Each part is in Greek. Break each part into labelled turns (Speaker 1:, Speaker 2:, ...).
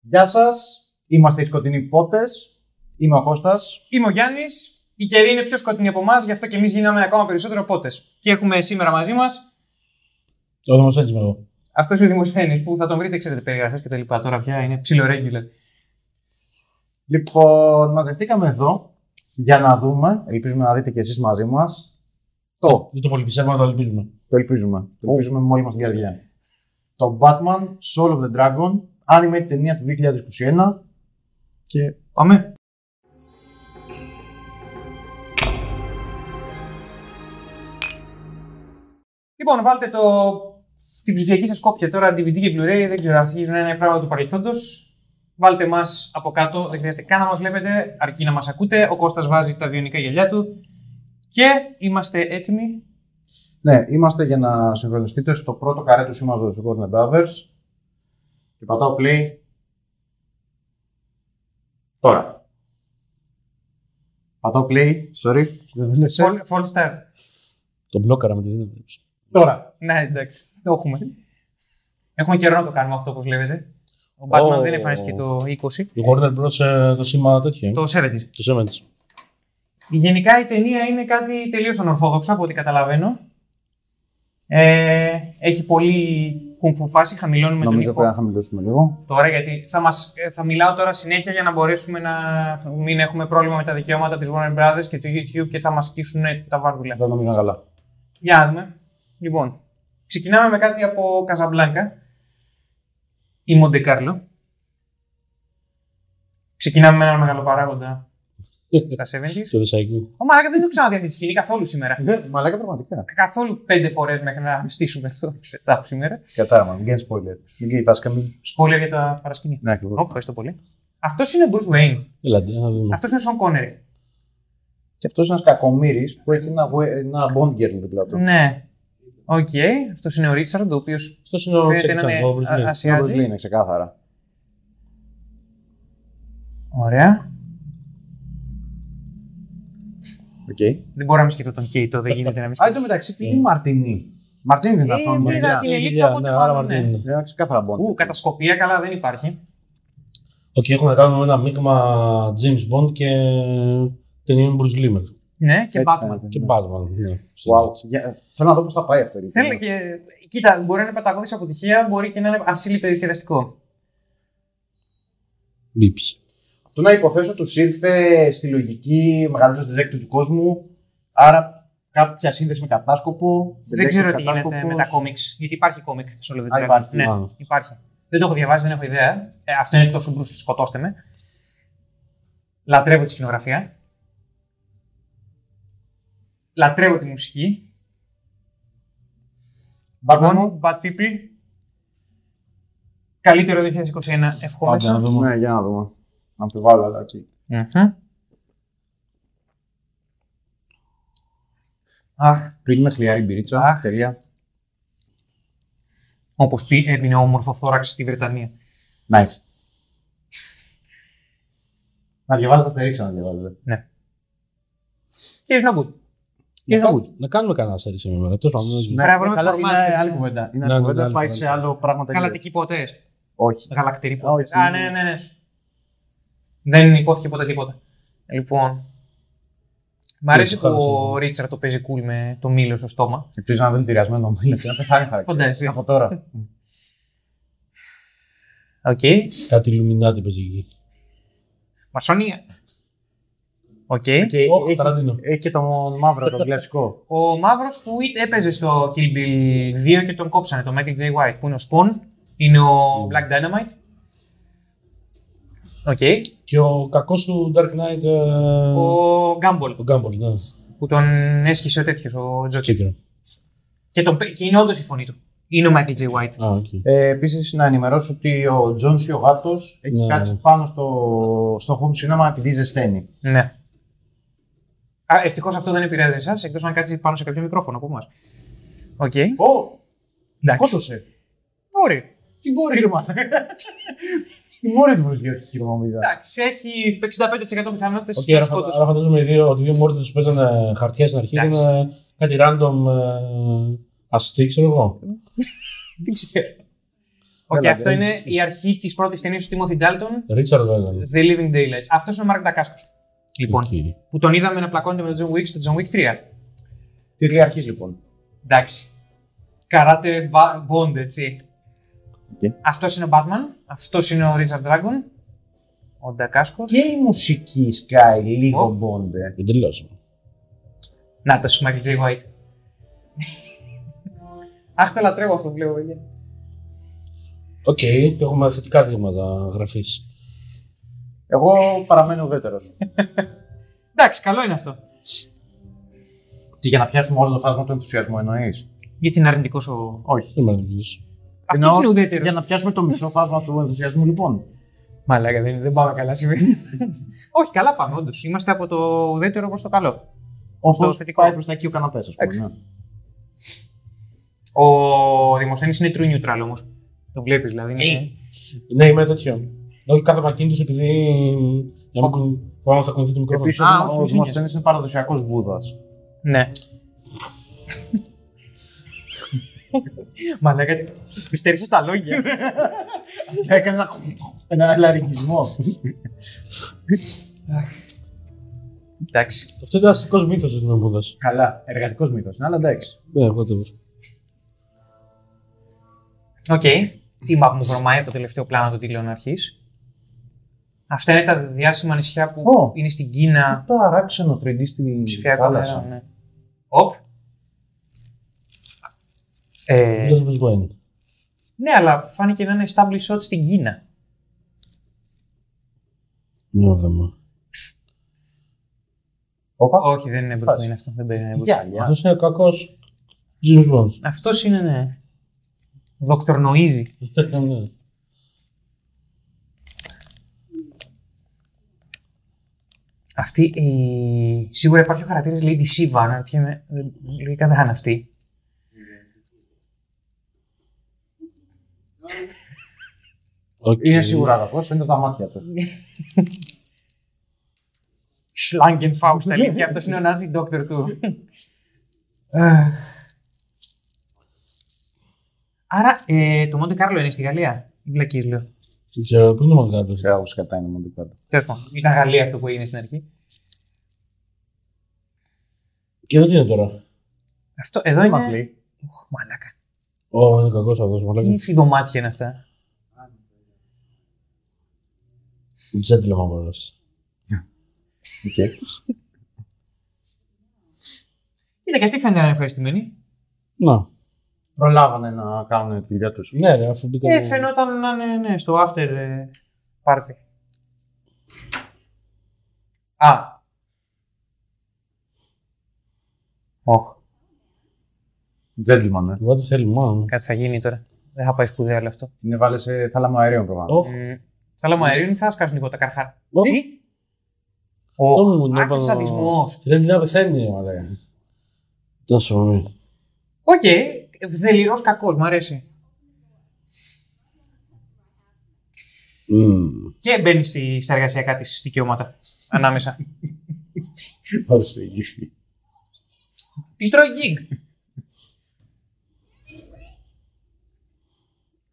Speaker 1: Γεια σας. Είμαστε οι Σκοτεινοί Πότες. Είμαι ο Κώστας.
Speaker 2: Είμαι ο Γιάννης. Η καιρή είναι πιο σκοτεινή από εμάς, γι' αυτό και εμείς γίναμε ακόμα περισσότερο πότες. Και έχουμε σήμερα μαζί μας
Speaker 3: Ο Δημοσέντη είμαι εγώ.
Speaker 2: αυτός ο Δημοσθένη που θα τον βρείτε, ξέρετε, περιγραφές και τα λοιπά. Τώρα πια είναι ψιλορέγγυλε.
Speaker 1: Λοιπόν, μαζευτήκαμε εδώ για να δούμε. Ελπίζουμε να δείτε κι εσείς μαζί μας. Το.
Speaker 3: Δεν το πολύ πιστεύω, αλλά το ελπίζουμε.
Speaker 1: Το ελπίζουμε. Το ελπίζουμε με όλη μας την καρδιά. Το Batman Soul of the Dragon. Animated ταινία του 2021. Και
Speaker 2: Πάμε. Λοιπόν, βάλτε το... την ψηφιακή σας κόπια τώρα, DVD και Blu-ray, δεν ξέρω, αρχίζουν να είναι πράγματα του παρελθόντος. Βάλτε μας από κάτω, δεν χρειάζεται καν να μας βλέπετε, αρκεί να μας ακούτε. Ο Κώστας βάζει τα βιονικά γυαλιά του. Και είμαστε έτοιμοι.
Speaker 1: ναι, είμαστε για να συγχρονιστείτε στο πρώτο καρέ του σήματο του Gordon Brothers. Και πατάω play. Τώρα. Πατάω play. Sorry. Δεν ε? δούλεψε.
Speaker 2: Fall, fall start.
Speaker 3: Το μπλόκαρα με τη δύναμη.
Speaker 1: Τώρα.
Speaker 2: Ναι, εντάξει, το έχουμε. Έχουμε καιρό να το κάνουμε αυτό, όπως βλέπετε. Ο Batman
Speaker 3: Ω.
Speaker 2: δεν εμφανίστηκε το 20,
Speaker 3: Το Warner Bros. ε, το σήμα τέτοιο. ε.
Speaker 2: το 70.
Speaker 3: Το σήμα τη.
Speaker 2: Γενικά η ταινία είναι κάτι τελείως ανορθόδοξο από ό,τι καταλαβαίνω. Ε, έχει πολύ κουμφου φάση, χαμηλώνουμε τον
Speaker 1: Νομίζω
Speaker 2: ήχο
Speaker 1: πρέπει να χαμηλώσουμε λίγο.
Speaker 2: τώρα γιατί θα, μας, ε, θα μιλάω τώρα συνέχεια για να μπορέσουμε να μην έχουμε πρόβλημα με τα δικαιώματα της Warner Brothers και του YouTube και θα μας σκίσουν τα βάρδουλα.
Speaker 1: Δεν νομίζω καλά.
Speaker 2: Για να δούμε. Λοιπόν, ξεκινάμε με κάτι από Καζαμπλάνκα ή Μοντεκάρλο. Ξεκινάμε με έναν μεγάλο παράγοντα στα 70s.
Speaker 3: Το Δεσαϊκού.
Speaker 2: Ο Μαράκα δεν το ξαναδεί αυτή τη σκηνή καθόλου σήμερα.
Speaker 1: Ε, Μαλάκα πραγματικά.
Speaker 2: καθόλου πέντε φορές μέχρι να στήσουμε το setup σήμερα.
Speaker 1: Σκατάμα, μην κάνεις spoiler. Μην κάνεις βασικά μην.
Speaker 2: Spoiler για τα παρασκηνία.
Speaker 1: Ναι,
Speaker 2: Ω,
Speaker 1: ακριβώ.
Speaker 2: ευχαριστώ πολύ. Αυτός είναι ο Bruce Wayne.
Speaker 3: Ελάτε, να δούμε.
Speaker 2: Αυτός είναι ο Σον Connery.
Speaker 1: Και αυτός είναι ένας κακομοίρης που έχει ένα, γουέ- ένα Bond girl δίπλα του.
Speaker 2: Ναι. Οκ. Αυτός είναι ο Ρίτσαρντ, ο οποίος
Speaker 3: Αυτός είναι ο
Speaker 2: φαίνεται να
Speaker 3: Τσέκ
Speaker 1: Είναι
Speaker 2: είναι
Speaker 3: Τσαγκόβρη.
Speaker 1: ο Bruce Lee,
Speaker 2: Ασιάτη.
Speaker 1: είναι ξεκάθαρα.
Speaker 2: Ωραία.
Speaker 1: Οκ.
Speaker 2: Δεν μπορώ να μην σκεφτώ τον Κέιτο, δεν γίνεται να
Speaker 1: Α,
Speaker 2: μην
Speaker 1: εν
Speaker 2: σκεφτώ.
Speaker 1: τω μεταξύ, τι είναι η Μαρτινή. Μαρτινή δεν ήταν
Speaker 2: Ε,
Speaker 1: Ε, αυτό.
Speaker 2: δεν ήταν
Speaker 1: Είναι
Speaker 2: την Ελίτσα από την Μάλλον, ναι.
Speaker 1: ένα ξεκάθαρα Bond.
Speaker 2: Ου, κατασκοπία, καλά δεν υπάρχει.
Speaker 3: Οκ, έχουμε να κάνουμε ένα μείγμα James Bond και ταινίων Bruce Lee. μερικά.
Speaker 2: Ναι, και
Speaker 1: Έτσι
Speaker 2: Batman.
Speaker 1: φαίνεται,
Speaker 3: Και
Speaker 1: ναι.
Speaker 3: Batman. ναι.
Speaker 1: Wow. Για- Θέλω να δω πώς θα πάει αυτό. λοιπόν. ειλικρινά.
Speaker 2: Θέλω και. Κοίτα, μπορεί να είναι παταγώδης αποτυχία, μπορεί και να είναι ασύλληπτο διασκεδαστικό.
Speaker 3: Beeps.
Speaker 1: Αυτό να υποθέσω τους ήρθε στη λογική μεγαλύτερος director του κόσμου. Άρα κάποια σύνδεση με κατάσκοπο.
Speaker 2: Δεν
Speaker 1: director
Speaker 2: ξέρω τι
Speaker 1: κατάσκοπος.
Speaker 2: γίνεται με τα κόμιξ. Γιατί υπάρχει κόμικ σε όλο
Speaker 1: Α,
Speaker 2: δεν
Speaker 1: υπάρχει.
Speaker 2: Ναι,
Speaker 3: Α.
Speaker 2: υπάρχει. Δεν το έχω διαβάσει, δεν έχω ιδέα. Ε, αυτό είναι τόσο μπρούσι, σκοτώστε με. Λατρεύω τη σκηνογραφία. Λατρεύω τη μουσική.
Speaker 1: Batman.
Speaker 2: One Bad People. Καλύτερο 2021,
Speaker 3: Άντε να
Speaker 2: ευχόμεθα.
Speaker 3: δούμε.
Speaker 1: Ναι, για να δούμε. Αμφιβάλλω, αλλά οκ.
Speaker 2: Μμμ. Αχ,
Speaker 1: Πίνουμε χλιάρι μπυρίτσα.
Speaker 2: Αχ.
Speaker 1: Τελεία.
Speaker 2: όπως πει, έμεινε όμορφο θώραξ στη Βρετανία.
Speaker 1: Nice. Να διαβάζετε αστερίξα να ε. διαβάζετε.
Speaker 2: Και is no good.
Speaker 1: Είναι
Speaker 3: Να κα-
Speaker 1: good.
Speaker 3: Να κάνουμε κανένα σερί σήμερα. Τέλο
Speaker 2: Πρέπει
Speaker 3: πάντων.
Speaker 2: να
Speaker 1: Ναι, ε,
Speaker 2: βρούμε
Speaker 1: καλά,
Speaker 2: format.
Speaker 1: είναι άλλη κουβέντα. Είναι άλλη
Speaker 3: Ναι, ναι,
Speaker 1: κουβέντα,
Speaker 3: άλλη
Speaker 1: πάει
Speaker 3: κουβέντα.
Speaker 1: σε άλλο πράγμα τελείως.
Speaker 2: Γαλατικοί ποτέ.
Speaker 1: Όχι.
Speaker 2: Γαλακτηροί
Speaker 1: Όχι.
Speaker 2: ποτέ. Α, ναι, ναι, ναι. Δεν υπόθηκε ποτέ τίποτα. Λοιπόν. Μ' αρέσει
Speaker 3: το
Speaker 2: που ο
Speaker 3: χάλασε.
Speaker 2: Ρίτσαρτ το παίζει cool με το μήλο στο στόμα.
Speaker 1: Ελπίζω να δεν είναι τυριασμένο μου, γιατί να πεθάνει χαρακτήρα.
Speaker 2: Φαντάζει.
Speaker 1: Από τώρα.
Speaker 2: Οκ.
Speaker 3: Κάτι Λουμινάτι παίζει εκεί.
Speaker 2: Μασονία. Οκ.
Speaker 1: Και
Speaker 3: Ωχ,
Speaker 1: έχει-
Speaker 3: Ταραντίνο.
Speaker 1: Έχει και τον μαύρο, τον κλασικό.
Speaker 2: Ο μαύρος που είτε έπαιζε στο Kill Bill 2 και τον κόψανε, τον Michael J. White, που είναι ο Spawn, είναι ο Black Dynamite. Οκ.
Speaker 3: Και ο κακός του Dark Knight. ε,
Speaker 2: Ο Γκάμπολ
Speaker 3: Ο Γκάμπολ, ναι.
Speaker 2: που τον έσχισε ο τέτοιος, ο Τζόκερ.
Speaker 3: Τσίκερο.
Speaker 2: Και, τον, πε- και είναι όντως η φωνή του. Είναι ο Michael J. White.
Speaker 3: Α, οκ.
Speaker 1: ε, Επίσης, να ενημερώσω ότι ο Τζόνσι ο γάτος έχει
Speaker 3: Ναι.
Speaker 1: κάτσει πάνω στο, στο home cinema επειδή ζεσταίνει.
Speaker 2: Ναι. Α, ευτυχώς αυτό δεν επηρεάζει εσάς, εκτός αν κάτσει πάνω σε κάποιο μικρόφωνο από εμάς. Οκ.
Speaker 1: Ω!
Speaker 2: Εντάξει.
Speaker 1: Σκότωσε.
Speaker 2: Μπορεί.
Speaker 1: Τι μπορεί, ρε μάνα. Στη μόρια του προσγειώθηκε η χειρομομίδα.
Speaker 2: Εντάξει, έχει 65% πιθανότητες
Speaker 3: Οκ,
Speaker 2: okay, να
Speaker 3: άρα φαν-
Speaker 2: σκότωσε.
Speaker 3: άρα φαντάζομαι οι δύο, ότι οι δύο μόρτες που παίζανε χαρτιά στην αρχή
Speaker 2: Εντάξει.
Speaker 3: ήταν ε, κάτι random ε, αστεί, ξέρω εγώ.
Speaker 2: Δεν ξέρω. Οκ,
Speaker 1: Έλα,
Speaker 2: αυτό
Speaker 1: δεν-
Speaker 2: είναι η αρχή της πρώτης ταινίας του Τίμωθη Ντάλτον,
Speaker 3: Ρίτσαρντ Ρόγκαν.
Speaker 2: The Living Daylights. Αυτός είναι ο Μαρκ Ντακάσκος. Λοιπόν, που τον είδαμε να πλακώνεται με τον John Wick στο John Wick 3.
Speaker 1: Τίτλοι αρχή λοιπόν.
Speaker 2: Εντάξει. Καράτε μπα- Bond, έτσι.
Speaker 1: Οκ.
Speaker 2: Αυτός είναι ο Batman. Αυτός είναι ο Richard Dragon. Ο Ντακάσκο.
Speaker 1: Και η μουσική Sky λίγο ε.
Speaker 2: Ω.
Speaker 1: μπόντε.
Speaker 3: Εντελώς.
Speaker 2: Να το σου, Michael J. White. Αχ, το λατρεύω αυτό που βλέπω, παιδιά.
Speaker 3: Οκ, έχουμε θετικά δείγματα γραφή.
Speaker 1: Εγώ παραμένω ουδέτερος.
Speaker 2: Εντάξει, καλό είναι αυτό.
Speaker 1: Και για να πιάσουμε όλο το φάσμα του ενθουσιασμού, εννοείς.
Speaker 2: Γιατί είναι αρνητικός ο.
Speaker 1: Όχι.
Speaker 3: Δεν με αρνητική.
Speaker 2: Αυτό είναι ουδέτερος.
Speaker 1: Για να πιάσουμε το μισό φάσμα του ενθουσιασμού, λοιπόν.
Speaker 2: Μαλάκα, δεν, δεν πάμε καλά σήμερα. Όχι, καλά πάμε, όντως. Είμαστε από το ουδέτερο προς το καλό.
Speaker 1: Όπως
Speaker 2: θετικό.
Speaker 1: πάει προς τα εκεί ο καναπές, ας
Speaker 2: Εντάξει.
Speaker 1: πούμε. ναι.
Speaker 2: Ο Δημοσθένης είναι true neutral όμως. Το βλέπεις δηλαδή. Είναι...
Speaker 3: Ναι, είμαι τέτοιο. Όχι, κάθομαι ακίνητο επειδή. μ, Για να μην κου- φοβάμαι ότι θα κουνηθεί το μικρόφωνο.
Speaker 1: Επίσης,
Speaker 2: Α, όχι,
Speaker 1: ο
Speaker 2: μη
Speaker 1: Δημοσθένης είναι παραδοσιακός βούδας.
Speaker 2: Ναι. Μαλάκα, του στερήσε τα λόγια.
Speaker 1: Έκανε ένα λαρικισμό.
Speaker 2: Εντάξει.
Speaker 3: Αυτό είναι ένα αστικός μύθος ότι είναι ο Μπούδα.
Speaker 1: Καλά, εργατικός μύθος είναι, αλλά εντάξει.
Speaker 3: Ναι, whatever.
Speaker 2: Οκ. Τι map μου βρωμάει από το τελευταίο πλάνο των τηλεών αρχή. Αυτά είναι τα διάσημα νησιά που
Speaker 1: Ω.
Speaker 2: είναι στην Κίνα.
Speaker 1: Παράξενο 3D στην
Speaker 2: Ψηφιακό νερό,
Speaker 1: θάλασσα.
Speaker 2: ναι. Οπ. Ε,
Speaker 3: Δεν ξέρω πώ είναι.
Speaker 2: Ναι, αλλά φάνηκε να είναι established shot στην Κίνα.
Speaker 3: Ναι, δεν μου.
Speaker 1: Όπα.
Speaker 2: Όχι, δεν είναι Bruce Wayne αυτό. Δεν περίμενα. Bruce Wayne.
Speaker 1: Γυάλια.
Speaker 3: Αυτός είναι ο κακός James Bond.
Speaker 2: Αυτός είναι, ναι. Δοκτορνοίδη.
Speaker 3: Ναι.
Speaker 2: Αυτή η... Σίγουρα υπάρχει ο χαρακτήρας Lady Siva, αναρωτιέμαι. δεν- Λογικά δεν θα είναι αυτή.
Speaker 3: Οκ.
Speaker 1: Είναι σίγουρα αγαπό, φαίνεται από τα μάτια του.
Speaker 2: Schlangenfaust, αλήθεια. Αυτός είναι ο Νάζι Doctor του. Αχ. Άρα, ε, το Monte Carlo είναι στη Γαλλία. Βλακή, λέω.
Speaker 3: Δεν ξέρω, πού είναι ο Μαγκάρντο.
Speaker 1: Ξέρω πώ κατά είναι μόνο κάτω.
Speaker 2: Τέλος πάντων, ήταν Γαλλία αυτό που έγινε στην αρχή.
Speaker 3: Και εδώ τι είναι τώρα.
Speaker 2: Αυτό εδώ
Speaker 1: Δεν
Speaker 2: είναι.
Speaker 1: μας λέει.
Speaker 2: Οχ, μαλάκα.
Speaker 3: Ω, είναι κακός αυτό. Μαλάκα.
Speaker 2: Τι φιδωμάτια είναι αυτά.
Speaker 3: Gentleman Brothers.
Speaker 1: Οκ.
Speaker 2: Κοίτα, και αυτή φαίνεται να είναι ευχαριστημένη.
Speaker 3: Να.
Speaker 1: Προλάβανε να κάνουν τη δουλειά τους.
Speaker 3: Ναι, ρε, αφού μπήκαμε.
Speaker 2: Ε, φαινόταν να είναι ναι, στο after ε, party. Α. Οχ,
Speaker 1: Gentleman, ε.
Speaker 3: Εγώ τι θέλει, μάλλον.
Speaker 2: κάτι θα γίνει τώρα. Δεν θα πάει σπουδαία όλο αυτό.
Speaker 1: Την έβαλε σε θάλαμο αερίων προφανώ.
Speaker 3: Οχ,
Speaker 2: Mm. Θάλαμο αερίων ή θα σκάσουν λίγο τα καρχά.
Speaker 3: οχ. Ω, μου,
Speaker 2: Οχ,
Speaker 3: ναι,
Speaker 2: άκρης
Speaker 3: πάνω-
Speaker 2: αντισμός.
Speaker 3: Δηλαδή δεν πεθαίνει, μαλάκα. Τόσο μη.
Speaker 2: Οκ, δελειρός κακός, μου αρέσει. Και μπαίνεις στη, στα εργασιακά της δικαιώματα ανάμεσα.
Speaker 1: Πώς ηγήθη.
Speaker 2: Τη τρώει γκίγκ.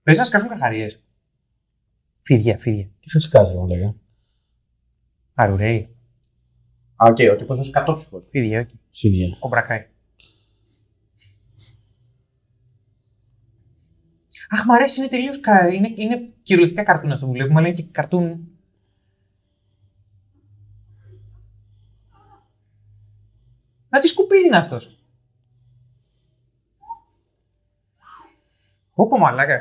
Speaker 2: Πες να σκάσουν καρχαρίες. Φίδια, φίδια.
Speaker 3: Τι θα σκάσει, μαλάκα.
Speaker 2: Αρουρέι.
Speaker 1: Α, οκ, ο τύπος είναι κατόψυχος.
Speaker 2: Φίδια, όχι.
Speaker 3: Σίδια.
Speaker 2: Κομπρακάι. Αχ, μ' αρέσει, είναι τελείως. Είναι, είναι κυριολεκτικά καρτούν αυτό που βλέπουμε, αλλά είναι και καρτούν. Να τι σκουπίδι είναι αυτός. Πόπο μαλάκα.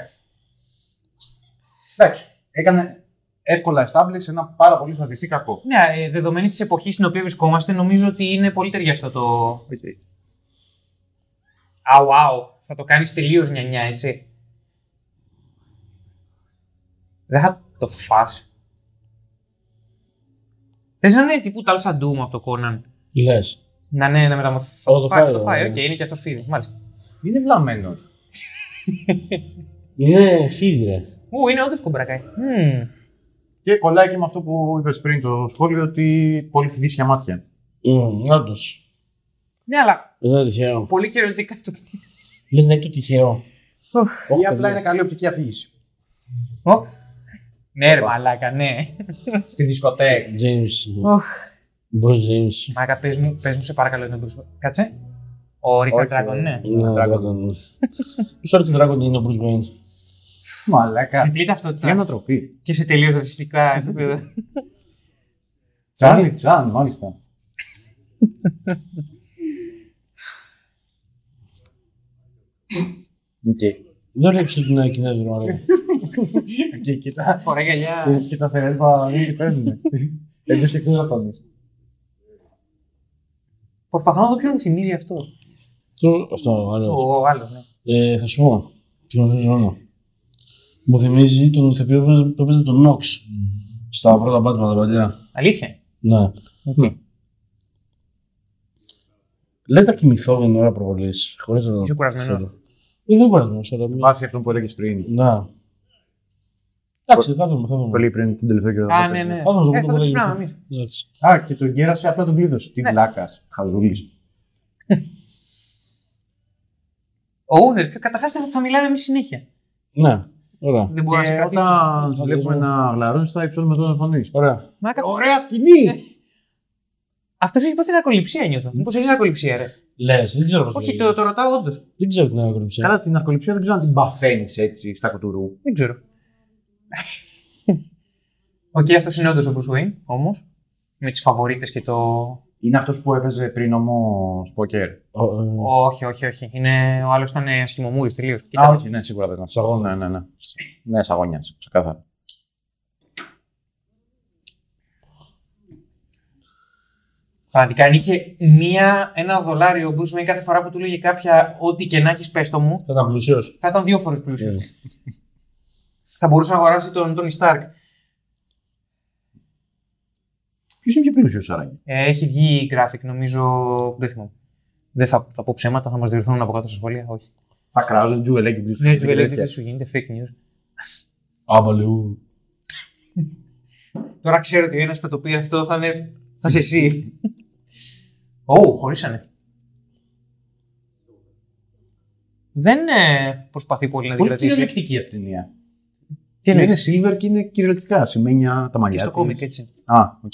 Speaker 1: Εντάξει. Έκανε εύκολα establish ένα πάρα πολύ φαντιστή κακό.
Speaker 2: Ναι, ε, δεδομένης της εποχής στην οποία βρισκόμαστε, νομίζω ότι είναι πολύ ταιριαστό το. Αου, αου. Θα το κάνεις τελείως νιανιά, έτσι. Δεν θα το φας. Πες να είναι τύπου τάλσα ντούμ από το Κόναν.
Speaker 3: Λες.
Speaker 2: Να είναι να μεταμορφωθεί.
Speaker 3: Όλο το
Speaker 2: θα
Speaker 3: φάει,
Speaker 2: το φάει.
Speaker 3: ναι.
Speaker 2: Οκ, είναι και αυτός φίδι. Μάλιστα.
Speaker 1: Είναι βλαμμένος.
Speaker 3: Είναι φίδι, ρε.
Speaker 2: Ου, είναι όντως κομπρακάι. Μμμ.
Speaker 1: Και κολλάει και με αυτό που είπες πριν το σχόλιο ότι πολύ φιδίσια μάτια.
Speaker 3: Όντως.
Speaker 2: Ναι, αλλά
Speaker 3: Δεν είναι τυχαίο.
Speaker 2: πολύ κυριολεκτικά το
Speaker 3: Λε να είναι το τυχαίο.
Speaker 2: Οχ.
Speaker 3: Όχι,
Speaker 1: Ή απλά
Speaker 3: παιδιά.
Speaker 1: είναι καλή οπτική αφήγηση.
Speaker 2: Οπ. Ναι, ρε μαλάκα, ναι.
Speaker 1: Στη δισκοτέκ.
Speaker 3: James.
Speaker 2: Οχ.
Speaker 3: Bruce James.
Speaker 2: Μαλάκα, πες μου, πες μου σε παρακαλώ τον Bruce. Κάτσε. Ο Richard
Speaker 1: Όχι,
Speaker 2: Dragon,
Speaker 1: ε.
Speaker 2: ναι.
Speaker 3: Ναι,
Speaker 1: Dragon.
Speaker 3: Dragon. Ποιος άρεσε Dragon είναι ο Bruce Wayne.
Speaker 1: Μαλάκα.
Speaker 2: Διπλή
Speaker 1: Ε, Τι
Speaker 2: ταυτότητα.
Speaker 1: ανατροπή.
Speaker 2: Και σε τελείως ρατσιστικά επίπεδα.
Speaker 1: Τσάρλι Τσάν, μάλιστα. Οκ.
Speaker 3: Δεν ρίξε την Κινέζη, ρε
Speaker 1: Και κοίτα,
Speaker 2: Φοράει γυαλιά.
Speaker 1: και- και τα στερεότυπα δεν παίρνουν. Εντός και εκτός οθόνης.
Speaker 2: Προσπαθώ να δω ποιον μου θυμίζει αυτό.
Speaker 3: Το- Αυτό, άλλος.
Speaker 2: Ο άλλος, ναι.
Speaker 3: Ε, Θα σου πω. Ποιον γνωρίζω όλο. Μου θυμίζει τον ηθοποιό που έπαιζε- που έπαιζε τον Νόξ. Στα πρώτα Batman τα παλιά.
Speaker 2: Αλήθεια.
Speaker 3: Ναι. Λες να κοιμηθώ την ώρα προβολής, χωρίς να το
Speaker 2: Είσαι κουρασμένος.
Speaker 3: ξέρω. Ε, Δεν κουρασμένος, αλλά... μη-
Speaker 1: Πάψει αυτό που έλεγες πριν.
Speaker 3: Να. Εντάξει, θα δούμε, θα δούμε.
Speaker 1: Πολύ πριν τον τελευταίο καιρό.
Speaker 2: Α, ναι, ναι. Ε,
Speaker 3: Θα δούμε,
Speaker 2: θα το
Speaker 3: λέγαμε.
Speaker 2: ξυπνάμε εμεί.
Speaker 3: Εντάξει.
Speaker 1: Α, και τον κέρασε απλά τον κλείδωσε. Τι βλάκας, χαζούλης.
Speaker 2: Ο Owner, καταρχάς θα μιλάμε εμείς συνέχεια.
Speaker 3: Ναι, ωραία.
Speaker 2: Δεν μπορώ να σε
Speaker 1: Και
Speaker 2: κρατήσω.
Speaker 1: όταν
Speaker 3: σε
Speaker 1: βλέπουμε
Speaker 3: κρατήσω.
Speaker 1: να γλαρώνεις θα υψώνουμε τον Ε. εμφανή.
Speaker 3: Ωραία.
Speaker 2: Μάκα,
Speaker 1: Ωραία σκηνή!
Speaker 2: αυτός έχει πάθει ακοληψία νιώθω. Μήπως έχει ακοληψία, ρε.
Speaker 3: Λες, δεν ξέρω πώς
Speaker 2: Όχι,
Speaker 3: λέγεται.
Speaker 2: το, το ρωτάω όντως.
Speaker 3: Δεν ξέρω τι να ακολουθήσει.
Speaker 1: Καλά, την αρκοληψία δεν ξέρω αν την παθαίνεις έτσι στα κουτουρού.
Speaker 2: Δεν ξέρω. Οκ, αυτός είναι όντως ο Bruce Wayne, όμως. Με τις φαβορίτες και το.
Speaker 1: Είναι αυτός που έπαιζε πριν όμω πόκερ.
Speaker 3: Ο, ε,
Speaker 2: Όχι, όχι, όχι. Είναι... Ο άλλος ήταν ε, σχημομούρη τελείως.
Speaker 1: Α, όχι, ναι, σίγουρα δεν ήταν.
Speaker 3: Σαγόνα.
Speaker 1: Ναι, ναι, ναι. Ναι, σαγόνια, ξεκάθαρα.
Speaker 2: Πραγματικά, αν είχε μία, ένα δολάριο ο Bruce Wayne κάθε φορά που του λέγε κάποια ό,τι και να έχεις, πες το μου,
Speaker 3: Θα ήταν πλουσιός.
Speaker 2: θα ήταν δύο φορές πλούσιος.
Speaker 1: Ναι.
Speaker 3: Ε,
Speaker 2: Θα μπορούσε να αγοράσει τον Τόνι Σταρκ.
Speaker 1: Ποιο είναι πιο πλούσιο, Άραγε.
Speaker 2: Ε, έχει βγει graphic, νομίζω. Δεν θυμάμαι. Δεν θα, θα πω ψέματα, θα μας διορθώνουν από κάτω στα σχόλια. Όχι.
Speaker 1: Θα κράζουν τζουβελέκι πλούσιο.
Speaker 2: Ναι, Τζουβελέτη, τι σου γίνεται, fake news.
Speaker 3: Άμπαλιου.
Speaker 2: Τώρα ξέρω ότι ένας που το πει αυτό θα είναι. θα είσαι εσύ. Ω, χωρίσανε. Δεν ε, προσπαθεί πολύ να την
Speaker 1: Πολύ
Speaker 2: κρατήσει.
Speaker 1: κυριολεκτική αυτή η ταινία.
Speaker 2: Τι
Speaker 1: είναι
Speaker 2: εννοεί.
Speaker 1: silver και είναι κυριολεκτικά. Σημαίνια τα
Speaker 2: Και
Speaker 1: μαλλιά.
Speaker 2: στο
Speaker 1: της.
Speaker 2: κόμικ, έτσι.
Speaker 1: Α, οκ.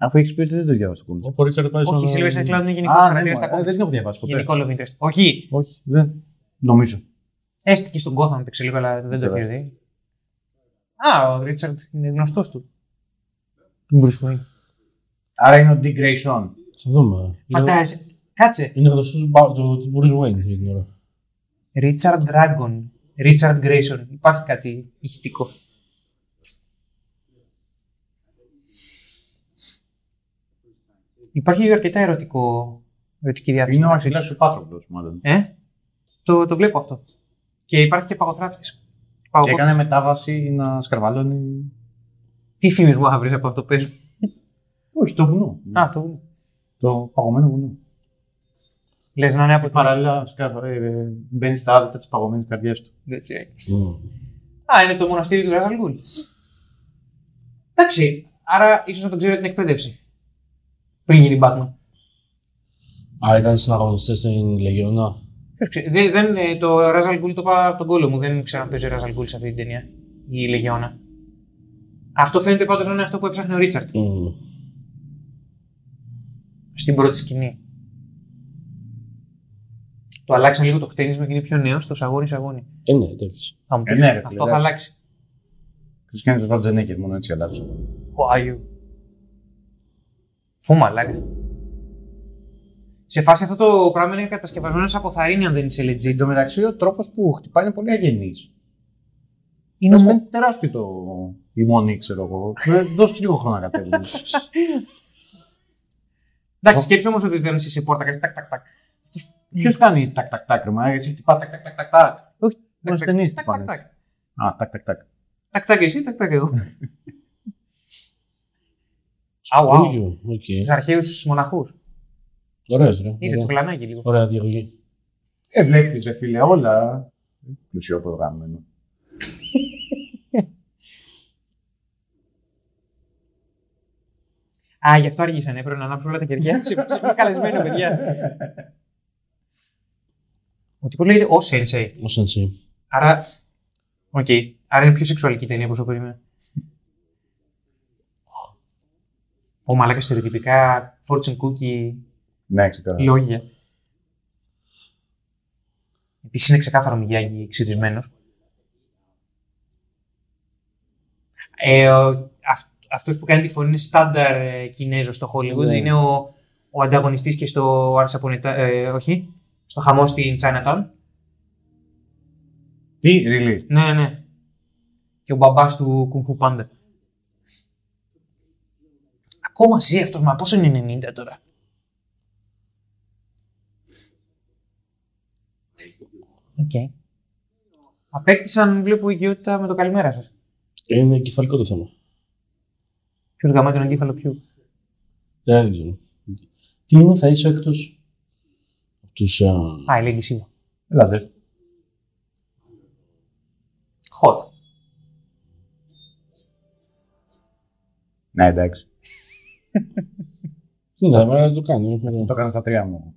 Speaker 1: Αφού έχεις πει ότι δεν το διάβασα το κόμικ.
Speaker 3: Ο Ρίτσαρντ πάει
Speaker 2: Όχι, η
Speaker 3: σαν-
Speaker 2: Silver Cloud είναι γενικός
Speaker 1: Α, ναι,
Speaker 2: χαρακτήρας
Speaker 1: μα,
Speaker 2: στα
Speaker 1: ε, δεν
Speaker 2: κόμικ.
Speaker 1: την έχω διαβάσει ποτέ.
Speaker 2: Γενικό love interest. Όχι,
Speaker 1: Όχι, δεν. Νομίζω.
Speaker 2: έστει και στον Gotham παίξει λίγο, αλλά δεν το
Speaker 1: Βέβαια.
Speaker 2: έχει δει. Α, ο Ρίτσαρντ είναι γνωστός του. Του Bruce Wayne.
Speaker 1: Άρα είναι ο Dick Grayson.
Speaker 3: Θα δούμε. Είναι-
Speaker 2: Φαντάζεσαι. Κάτσε.
Speaker 3: Είναι γνωστός του Μπα- του του Bruce Wayne για την ώρα.
Speaker 2: Richard Dragon. Richard Grayson. Υπάρχει κάτι ηχητικό. Υπάρχει αρκετά ερωτικό, ερωτική διάθεση.
Speaker 1: Είναι ο
Speaker 2: μεταξύ
Speaker 1: Αχιλέα
Speaker 2: τους.
Speaker 1: του Πάτροκλο, μάλλον.
Speaker 2: Ε? Το, το βλέπω αυτό. Και υπάρχει και παγοθράφητης.
Speaker 1: Και
Speaker 2: Παγοκόφτης.
Speaker 1: έκανε μετάβαση να σκαρβαλώνει.
Speaker 2: Τι φήμες μου αύριο από αυτό πες. μου.
Speaker 1: Όχι, το βουνό.
Speaker 2: Α, το
Speaker 1: Το παγωμένο βουνό.
Speaker 2: λες να είναι από την
Speaker 1: Παράλληλα, σκαρβα- ε, ε, μπαίνει στα άδεια της παγωμένης καρδιάς του.
Speaker 2: Έτσι, ε.
Speaker 3: Μμμ.
Speaker 2: Α, είναι το μοναστήρι του Ράζαλ Γκούλ. Εντάξει, άρα ίσως να τον ξέρω την εκπαίδευση. Πριν γίνει Batman.
Speaker 3: Α, ήταν συναγωνιστές στην Λεγιώνα.
Speaker 2: Ποιος ξέρει. Δεν, δεν, ε, το Ράζαλ Γκούλ το είπα από τον κόλλο μου. Δεν ξέρω αν παίζει ο Ράζαλ Γκούλ σε αυτή την ταινία. Η Λεγιώνα. Αυτό φαίνεται πάντως να είναι αυτό που έψαχνε ο Ρίτσαρτ
Speaker 3: Μμμ.
Speaker 2: στην πρώτη σκηνή. Το αλλάξαν λίγο το χτένισμα και είναι πιο νέος στο σαγόνι σαγόνι.
Speaker 3: Ε, ναι, εντάξει.
Speaker 2: Θα μου πεις,
Speaker 1: Ε, ναι, ρε,
Speaker 2: αυτό
Speaker 1: φίλε,
Speaker 2: θα
Speaker 1: εντάξει.
Speaker 2: αλλάξει.
Speaker 1: Χριστιανός Βατζενέκερ, μόνο έτσι αλλάζω.
Speaker 2: Ο Άγιο. Φου μαλάκα. Σε φάση αυτό το πράγμα είναι κατασκευασμένος από θαρρύνη αν δεν είσαι legit.
Speaker 1: Εν τω μεταξύ, ο τρόπος που χτυπάει είναι πολύ αγενής.
Speaker 2: Είναι
Speaker 1: Μα
Speaker 2: ο
Speaker 1: φαίνεται τεράστιο το η μόνη, ξέρω εγώ. Ε, Δώσε λίγο χρόνο να κατέβεις.
Speaker 2: Εντάξει, σκέψτε όμως ότι δεν είσαι σε πόρτα, κάτι τάκ τάκ τάκ.
Speaker 1: Ποιος κάνει τακ τακ τακ, ρε μάνα, έτσι χτυπά τακ τακ τακ τακ. τακ. Μόνο
Speaker 2: Τάκ,
Speaker 1: στενείς
Speaker 2: τάκ,
Speaker 1: το
Speaker 2: τάκ,
Speaker 1: πάνε
Speaker 2: τάκ.
Speaker 1: έτσι. Α, τακ τακ τακ.
Speaker 2: Τακ τακ εσύ, τακ τακ εγώ. Αου, αου.
Speaker 3: Ούγιο, οκ.
Speaker 2: Στους αρχαίους μοναχούς.
Speaker 3: Ωραίος, ρε.
Speaker 1: Ναι.
Speaker 2: Είσαι
Speaker 3: Ωραία.
Speaker 2: τσουκλανάκι λίγο.
Speaker 3: Ωραία διαγωγή.
Speaker 1: Ε, βλέπεις, ρε φίλε, όλα. Πλουσιό προγραμμένο.
Speaker 2: Α, γι' αυτό αργήσαν. Έπρεπε να ανάψω όλα τα κεριά. Σε είμαι καλεσμένο, παιδιά. Ο τύπος λέγεται Ο Sensei.
Speaker 3: Ο Σενσί.
Speaker 2: Άρα Οκ. Άρα είναι πιο σεξουαλική ταινία από όσο περίμενα. Ω, μαλάκα στερεοτυπικά, fortune cookie,
Speaker 1: Ναι, ξεκάθαρα.
Speaker 2: λόγια. Επίσης είναι ξεκάθαρο Μιγιάγκη εξυρισμένο. Ε, ο- αυ- αυτός που κάνει τη φωνή είναι στάνταρ ε, Κινέζος στο Hollywood.
Speaker 3: Ναι.
Speaker 2: Είναι ο, ο ανταγωνιστής και στο Once Upon a Ti- ε, όχι, στο χαμό στην Chinatown.
Speaker 1: Τι, really.
Speaker 2: Ναι, ναι. Και ο μπαμπάς του Kung Fu Panda. Ακόμα ζει αυτός, μα πόσο είναι 90 τώρα. Οκ. Απέκτησαν, βλέπω, οικειότητα με το καλημέρα σας.
Speaker 3: Είναι κεφαλικό το θέμα.
Speaker 2: Ποιος γαμάει τον εγκέφαλο ποιου.
Speaker 3: Ε, δεν ξέρω. Τι είναι, θα είσαι έκτος από τους.
Speaker 2: Α, η Lady Siva.
Speaker 1: Ελάτε.
Speaker 2: Hot.
Speaker 1: Ναι, εντάξει.
Speaker 3: Δεν θα έπρεπε να το κάνω.
Speaker 1: Το έκανα στα τρία μου.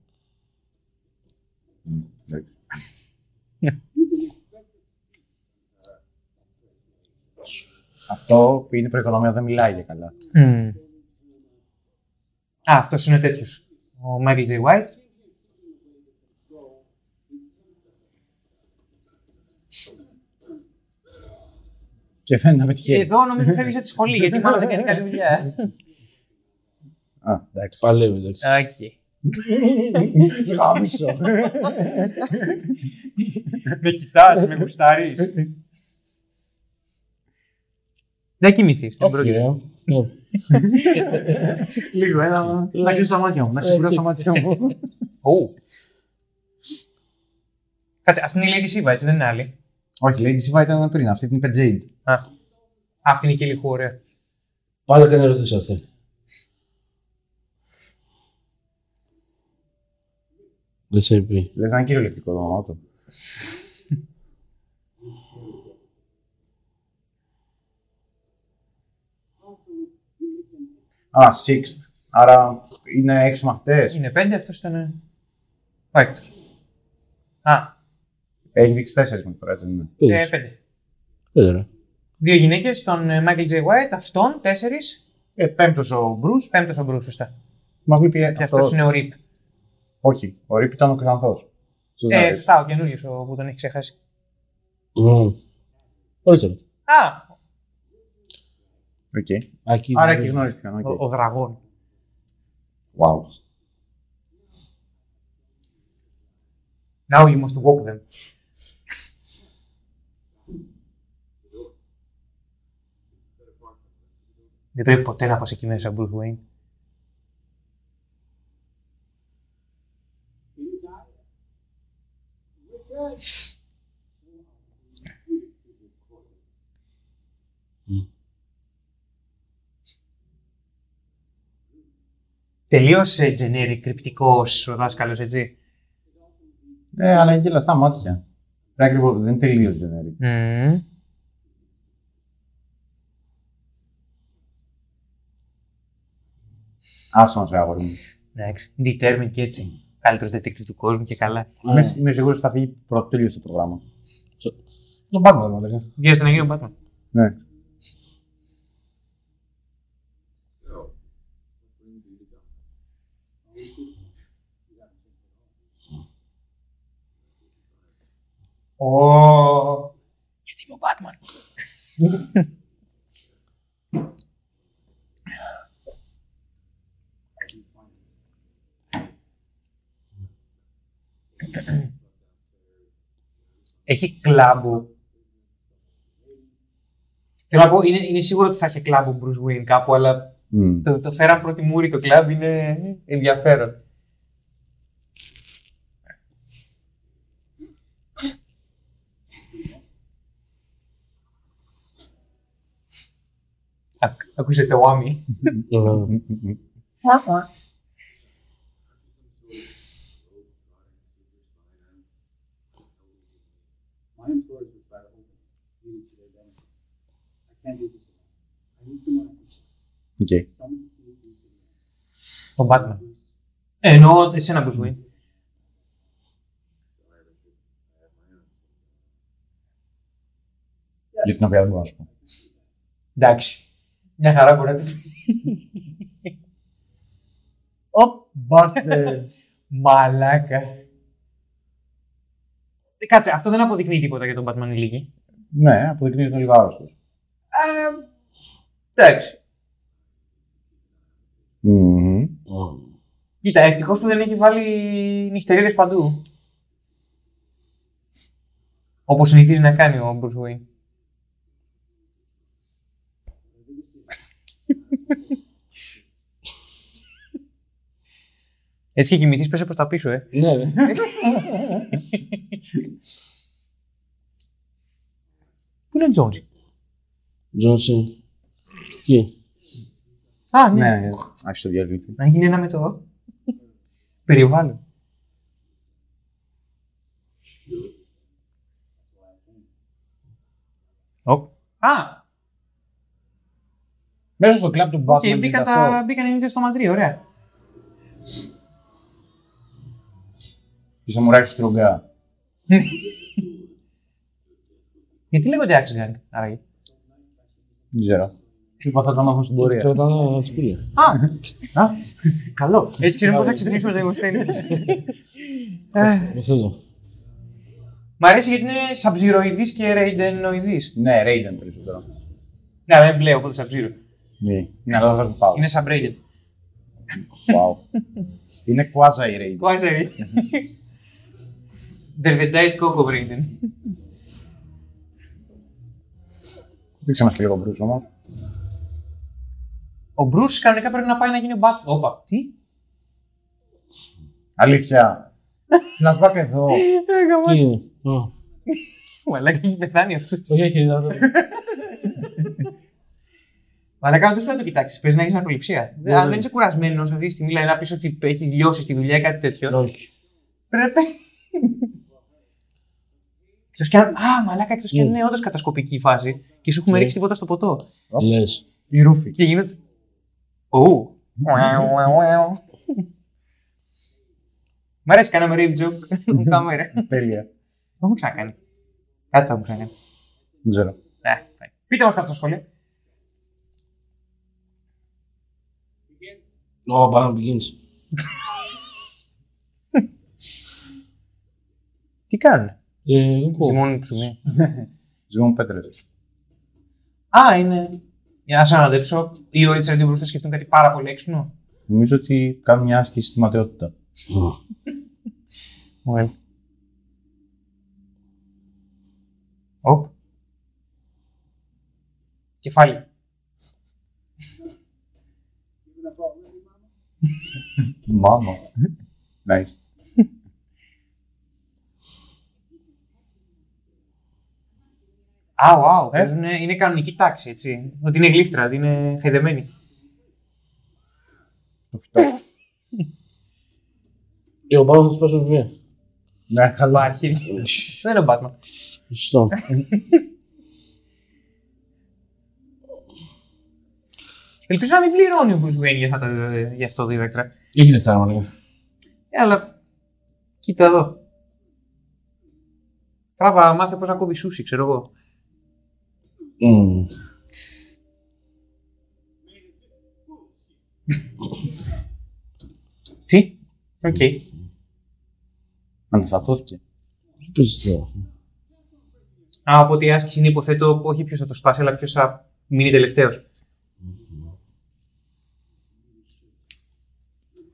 Speaker 1: Μμ, εντάξει. Αυτό που είναι προοικονομία δεν μιλάει για καλά.
Speaker 2: Mm. Α, αυτός είναι τέτοιος. Ο Μάικλ Τζέι White.
Speaker 1: Και φαίνεται να
Speaker 2: Και
Speaker 1: πετυχαίνει.
Speaker 2: εδώ νομίζω φεύγει από τη σχολή, γιατί μάλλον δεν κάνει καλή δουλειά.
Speaker 1: Α, εντάξει.
Speaker 3: Παλεύει, εντάξει.
Speaker 2: Οκ. Ε.
Speaker 3: Γάμισο.
Speaker 2: με κοιτάς, με γουστάρεις. Δεν κοιμηθείς.
Speaker 3: Όχι, ρε. Ναι.
Speaker 1: Λίγο, ένα. Να κλείσω τα μάτια μου. Να ξεπουράσω τα μάτια μου.
Speaker 2: Κάτσε, αυτή είναι η Lady Siva, έτσι δεν είναι άλλη.
Speaker 1: Όχι, λέει τη Σιβά ήταν πριν. Αυτή την είπε Jade.
Speaker 2: Α, αυτή είναι η Kelly Hu, ωραία.
Speaker 3: Πάντα κάνει ερωτήσεις αυτή. Δεν σε πει.
Speaker 1: Λες να είναι κυριολεκτικό το όνομα του. Α, sixth. Άρα είναι έξι μαθητές.
Speaker 2: Είναι πέντε, αυτός ήταν. ε, Ο έκτος. Α,
Speaker 1: Έχει δείξει τέσσερις με τώρα, έτσι δεν είναι.
Speaker 2: ε,
Speaker 3: Τέλος.
Speaker 2: πέντε.
Speaker 3: Πέντε, ρε.
Speaker 2: Δύο γυναίκες, τον ε, Michael J. White, αυτόν, τέσσερις.
Speaker 1: Ε, πέμπτος ο Μπρου.
Speaker 2: Πέμπτος ο Μπρου, σωστά.
Speaker 1: Μα λείπει
Speaker 2: Και
Speaker 1: αυτός.
Speaker 2: αυτός είναι ο Ρίπ.
Speaker 1: Όχι, ο Ρίπ ήταν ο Κρυθανθό.
Speaker 3: Ναι.
Speaker 2: Ε, σωστά, ο καινούριος που τον έχει ξεχάσει.
Speaker 3: Μμμ. Ορίστε. ρε.
Speaker 2: Α,
Speaker 3: Ακή.
Speaker 1: Άρα εκεί γνωρίστηκαν.
Speaker 2: ο,
Speaker 1: οκ.
Speaker 2: ο Δραγόν.
Speaker 1: Wow.
Speaker 2: Now you must walk them. Δεν πρέπει ποτέ να πας εκεί μέσα, Bruce Wayne. Τελείως ε, generic, κρυπτικός ο δάσκαλος, έτσι.
Speaker 1: Ε, αλλά έχει γελαστά μάτια. Ρε, ακριβώς, δεν είναι τελείω generic. Άσε μας, αγόρι μου.
Speaker 2: Ε. Εντάξει. Determined και έτσι. Καλύτερος detective του κόσμου και καλά.
Speaker 3: Α,
Speaker 1: Είμαι- Είμαι σίγουρος ότι θα φύγει πρωτοτέλειο στο πρόγραμμα.
Speaker 3: Τον Batman, μαλάκα.
Speaker 2: Βιάζεται να γίνει ο Batman.
Speaker 1: Ναι.
Speaker 2: Ω. Γιατί είμαι ο Batman. Έχει κλάμπο. Θέλω να πω, είναι, είναι σίγουρο ότι θα είχε κλάμπο Bruce Wayne κάπου, αλλά
Speaker 1: Μμμ.
Speaker 2: Το, το φέραν πρώτη μούρη το κλαμπ είναι ενδιαφέρον. Ακ- Ακούσατε ο Άμι. Ε.
Speaker 3: Ναι.
Speaker 4: My employers would try to open meeting to their benefit. I can't do this alone. I need someone I can trust,
Speaker 1: Οκ.
Speaker 4: someone who will be there.
Speaker 2: Τον Batman. Ε, εννοώ εσένα, Bruce Wayne.
Speaker 1: Για την οποία δεν μπορώ να σου πω.
Speaker 2: Εντάξει. Μια χαρά μπορεί να το πει.
Speaker 1: Οπ, μπάστε.
Speaker 2: Μαλάκα. Ε, Κάτσε, αυτό δεν αποδεικνύει τίποτα για τον Batman η Λίγη.
Speaker 1: ναι, αποδεικνύεται λίγο άρρωστος.
Speaker 2: Ε, Εντάξει. Κοίτα, ευτυχώς που δεν έχει βάλει νυχτερίδες παντού. Όπως συνηθίζει να κάνει ο Bruce Wayne. Έτσι και κοιμηθείς, πέσε προς τα πίσω, ε.
Speaker 3: Ναι, ρε.
Speaker 2: Πού είναι ο Τζόντζι.
Speaker 3: Τζόνσι. Εκεί.
Speaker 2: Α, ναι.
Speaker 1: Ναι, άφησε το διαλύτη.
Speaker 2: Να γίνει ένα με το. Περιβάλλον. Ω. Α,
Speaker 1: Μέσα στο κλαμπ του Batman.
Speaker 2: και μπήκαν,
Speaker 1: γίνεται
Speaker 2: τα...
Speaker 1: αυτό.
Speaker 2: μπήκαν οι νύτες στο μαντρί, ωραία.
Speaker 1: Και σαμουράκι σου στρογγά.
Speaker 2: Γιατί λέγονται Axe Gang, άραγε.
Speaker 1: Δεν ξέρω. Σου είπα θα τα μάθουμε στην
Speaker 3: Ε,
Speaker 1: πορεία.
Speaker 3: Κρατάνε τσιπούλια.
Speaker 2: Α,
Speaker 1: Α, Καλό.
Speaker 2: έτσι ξέρουμε πώς θα ξυπνήσουμε το Ειμοστένιο.
Speaker 3: Ο Θεό.
Speaker 2: Μ' αρέσει γιατί είναι σαμπζηροειδής και ρεϊντενοειδής.
Speaker 1: Ναι, Raiden περισσότερο.
Speaker 2: Ναι, αλλά είναι μπλε, οπότε σαμπζήρο.
Speaker 1: Ναι, ναι, αλλά θα σου πάω.
Speaker 2: Είναι σαμπρέιντεν.
Speaker 1: Wow. Είναι quasi Raiden.
Speaker 2: Το άζερι. Δερβεντάιτ κόκο βρέιντεν.
Speaker 1: Δείξε μας και λίγο Bruce όμως.
Speaker 2: Ο Μπρούς κανονικά πρέπει να πάει να γίνει ο Batman. Όπα, τι.
Speaker 1: Αλήθεια. Flashback εδώ.
Speaker 3: Τι είναι. Α,
Speaker 2: Μαλάκα έχει πεθάνει αυτός.
Speaker 3: Όχι, όχι, δεν είναι.
Speaker 2: Μαλάκα, δεν σου να το κοιτάξεις. Παίζει να έχεις ανακοληψία.
Speaker 3: Ναι,
Speaker 2: Αν
Speaker 3: ναι.
Speaker 2: δεν είσαι κουρασμένος αυτή τη στιγμή, δηλαδή να πεις ότι έχεις λιώσει τη δουλειά ή κάτι τέτοιο.
Speaker 3: Όχι.
Speaker 2: Πρέπει. Εκτός κι αν. Α, μαλάκα, εκτός κι αν
Speaker 3: Ναι.
Speaker 2: είναι όντως κατασκοπική η φάση και σου έχουμε
Speaker 3: Ναι.
Speaker 2: ρίξει τίποτα στο ποτό.
Speaker 3: Λες.
Speaker 1: Η Ρούφη.
Speaker 2: Και γίνεται. Ου. Μ' αρέσει κανένα με rape joke στην κάμερα.
Speaker 1: Τέλεια.
Speaker 2: Το μου ξανακάνει. Κάτι θα μου ξανακάνει.
Speaker 1: Δεν ξέρω.
Speaker 2: Ναι, fine. Πείτε μας κάτι στα σχόλια.
Speaker 3: Ω, πάμε να πηγαίνει.
Speaker 2: Τι κάνουν.
Speaker 3: Ε, Εγώ
Speaker 2: Ζυμώνουν ψωμί.
Speaker 1: Ζυγόν Πέτρες.
Speaker 2: Α, είναι. Για να σε αναδέψω, οι ώρε τη Ρέντιμπρου θα σκεφτούν κάτι πάρα πολύ έξυπνο.
Speaker 1: Νομίζω ότι κάνουν μια άσκηση στη ματαιότητα.
Speaker 2: Well. Οπ. Κεφάλι.
Speaker 1: Μάμα. Nice.
Speaker 2: Αου, αου. παίζουνε- ε, είναι κανονική τάξη, έτσι. Ότι είναι γλύφτρα, ότι είναι χαϊδεμένη.
Speaker 1: Το φυτό.
Speaker 3: Εγώ πάμε να σου πάσω μία.
Speaker 1: Ναι, καλά.
Speaker 2: Υπάρχει. Δεν είναι ο Batman.
Speaker 3: Σωστό.
Speaker 2: Ελπίζω να μην πληρώνει ο Bruce Wayne για, αυτά τα- ε, για αυτό το δίδακτρα.
Speaker 3: Έχει λεφτά, μάλλον.
Speaker 2: Ε, αλλά. Κοίτα εδώ. Τράβα, μάθε πώς να κόβει σούσι, ξέρω εγώ. Τι. Οκ.
Speaker 1: Αναστατώθηκε.
Speaker 3: Πες το.
Speaker 2: Α, οπότε η άσκηση είναι υποθέτω όχι ποιος θα το σπάσει, αλλά ποιος θα μείνει τελευταίος.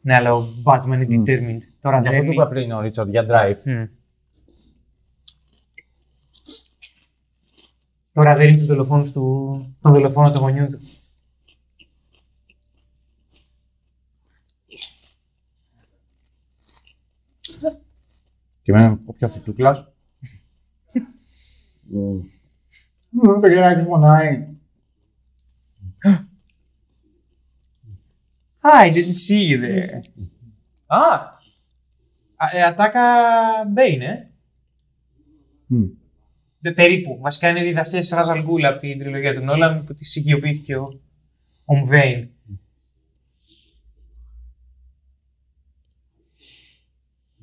Speaker 2: Ναι, αλλά ο Batman είναι determined. Τώρα
Speaker 1: Γι' αυτό
Speaker 2: δεν
Speaker 1: το
Speaker 2: είναι.
Speaker 1: είπα πριν ο Ρίτσαρντ για drive.
Speaker 2: Μμμ. Τώρα δεν είναι τους δολοφόνους του... τον δολοφόνο των γονιών του.
Speaker 1: Και με όποια φουτούκλα. Μμμ, το γεράκι πονάει.
Speaker 2: Ah, I didn't see you there. Α! Ah. Α, ε, Ατάκα Μπέιν, ε.
Speaker 1: Μμμ.
Speaker 2: Δε- Περίπου. Βασικά είναι διδαχέ Ράζαλ Γκούλ από την τριλογία του Νόλαν που της οικειοποιήθηκε ο Ομβέιν.